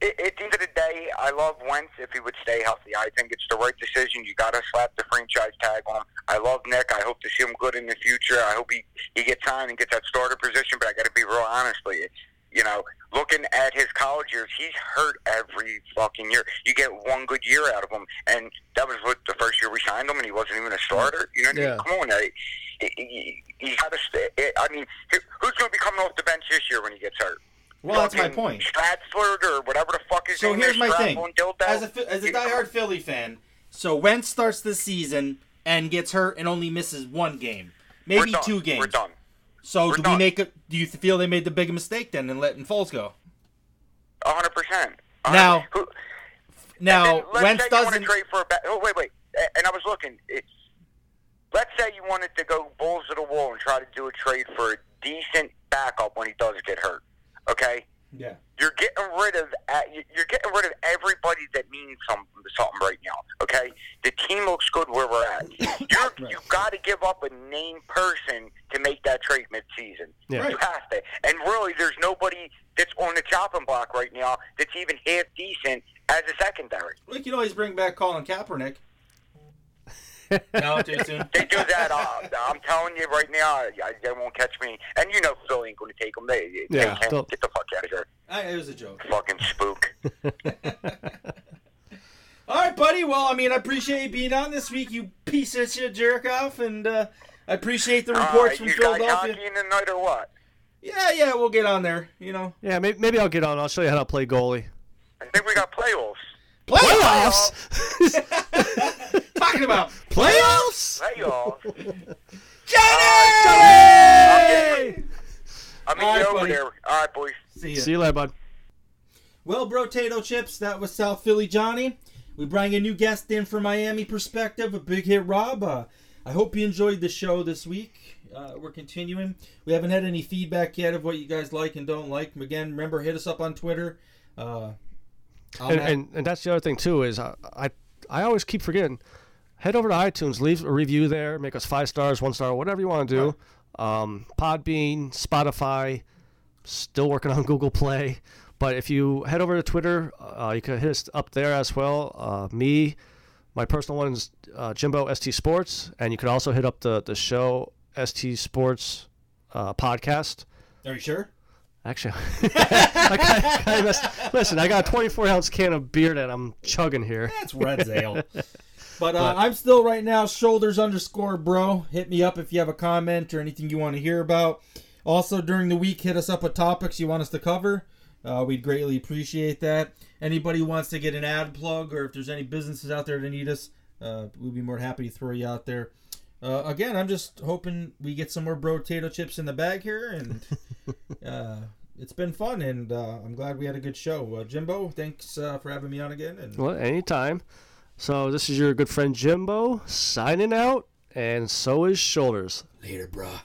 [SPEAKER 6] it, at the end of the day, I love Wentz if he would stay healthy. I think it's the right decision. You got to slap the franchise tag on. him. I love Nick. I hope to see him good in the future. I hope he he gets signed and gets that starter position. But I got to be real honest with you. You know, looking at his college years, he's hurt every fucking year. You get one good year out of him, and that was what the first year we signed him, and he wasn't even a starter. You know, what I mean?
[SPEAKER 2] Yeah.
[SPEAKER 6] come on, now. He- he- he's got to stay. eh, I mean, who- who's going to be coming off the bench this year when he gets hurt?
[SPEAKER 3] Well, that's my
[SPEAKER 6] Fucking
[SPEAKER 3] point.
[SPEAKER 6] Stratford or whatever the fuck his
[SPEAKER 3] So
[SPEAKER 6] name
[SPEAKER 3] here's
[SPEAKER 6] is,
[SPEAKER 3] my thing.
[SPEAKER 6] Stratford, Dildo.
[SPEAKER 3] As a Phi- as a
[SPEAKER 6] You know,
[SPEAKER 3] diehard Philly fan, so Wentz starts the season and gets hurt and only misses one game,
[SPEAKER 6] we're
[SPEAKER 3] maybe
[SPEAKER 6] done.
[SPEAKER 3] two games.
[SPEAKER 6] We're done.
[SPEAKER 3] So
[SPEAKER 6] We're
[SPEAKER 3] do we
[SPEAKER 6] done.
[SPEAKER 3] make a? Do you feel they made the big mistake then in letting Foles go?
[SPEAKER 6] A hundred percent. A
[SPEAKER 3] Now,
[SPEAKER 6] hundred- who-
[SPEAKER 3] Now
[SPEAKER 6] then let's
[SPEAKER 3] Wentz
[SPEAKER 6] say you want
[SPEAKER 3] doesn't.
[SPEAKER 6] to trade for a ba- oh wait wait A- and I was looking it's let's say you wanted to go bulls to the wall and try to do a trade for a decent backup when he does get hurt okay
[SPEAKER 3] Yeah.
[SPEAKER 6] you're getting rid of uh, you- you're getting rid of everybody that means some, something right now. Okay, the team looks good where we're at. You're, You got to give up a named person to make that trade midseason.
[SPEAKER 2] Yeah.
[SPEAKER 6] You have to. And really, there's nobody that's on the chopping block right now that's even half decent as a secondary.
[SPEAKER 3] We can always bring back Colin [laughs] Kaepernick. no, too soon.
[SPEAKER 6] They do that. Uh, I'm telling you right now, I, they won't catch me. And you know Philly ain't going to take them. They, they
[SPEAKER 2] Yeah,
[SPEAKER 6] can't
[SPEAKER 2] they'll-
[SPEAKER 6] get the fuck out of here.
[SPEAKER 3] I, it was a joke.
[SPEAKER 6] Fucking spook.
[SPEAKER 3] All right, buddy. Well, I mean, I appreciate you being on this week, you piece of shit jerk off, and uh, I appreciate the
[SPEAKER 6] Uh,
[SPEAKER 3] reports from
[SPEAKER 6] you guys
[SPEAKER 3] Philadelphia.
[SPEAKER 6] hockey in the night or what?
[SPEAKER 3] Yeah, yeah, we'll get on there. You know,
[SPEAKER 2] yeah, maybe, maybe I'll get on. I'll show you how to play goalie.
[SPEAKER 6] I think we got playoffs.
[SPEAKER 2] Playoffs. [laughs]
[SPEAKER 3] talking [laughs] about
[SPEAKER 2] Playoffs.
[SPEAKER 6] Hey,
[SPEAKER 3] [laughs]
[SPEAKER 6] y'all.
[SPEAKER 3] Johnny.
[SPEAKER 6] I mean,
[SPEAKER 3] All right,
[SPEAKER 6] you're over
[SPEAKER 3] buddy.
[SPEAKER 6] there. All right, boys.
[SPEAKER 3] See ya.
[SPEAKER 2] See you later, bud.
[SPEAKER 3] Well, bro, Tato Chips, that was South Philly Johnny. We bring a new guest in from Miami perspective, a big hit Rob. Uh, I hope you enjoyed the show this week. Uh, we're continuing. We haven't had any feedback yet of what you guys like and don't like. Again, remember, hit us up on Twitter. Uh, I'm
[SPEAKER 2] And,
[SPEAKER 3] at-
[SPEAKER 2] and and that's the other thing too is I, I I always keep forgetting. Head over to iTunes, leave a review there, make us five stars, one star, whatever you want to do. Um, Podbean, Spotify, still working on [laughs] Google Play. But if you head over to Twitter, uh, you can hit us up there as well. Uh, me, my personal one is uh, Jimbo ST Sports, and you can also hit up the the show ST Sports uh, podcast.
[SPEAKER 3] are you sure?
[SPEAKER 2] Actually, [laughs] I kinda, kinda messed. Listen, I got a 24 ounce can of beer that I'm chugging here.
[SPEAKER 3] That's Red's ale. But, uh, I'm still right now shoulders underscore bro. Hit me up if you have a comment or anything you want to hear about. Also during the week, hit us up with topics you want us to cover. Uh, we'd greatly appreciate that. Anybody who wants to get an ad plug or if there's any businesses out there that need us, uh, we'd be more than happy to throw you out there. Uh, again, I'm just hoping we get some more bro potato chips in the bag here, and uh, it's been fun, and uh, I'm glad we had a good show. Uh, Jimbo, thanks uh, for having me on again, and
[SPEAKER 2] Well, anytime. So this is your good friend Jimbo signing out, and so is Shoulders.
[SPEAKER 3] later, bruh.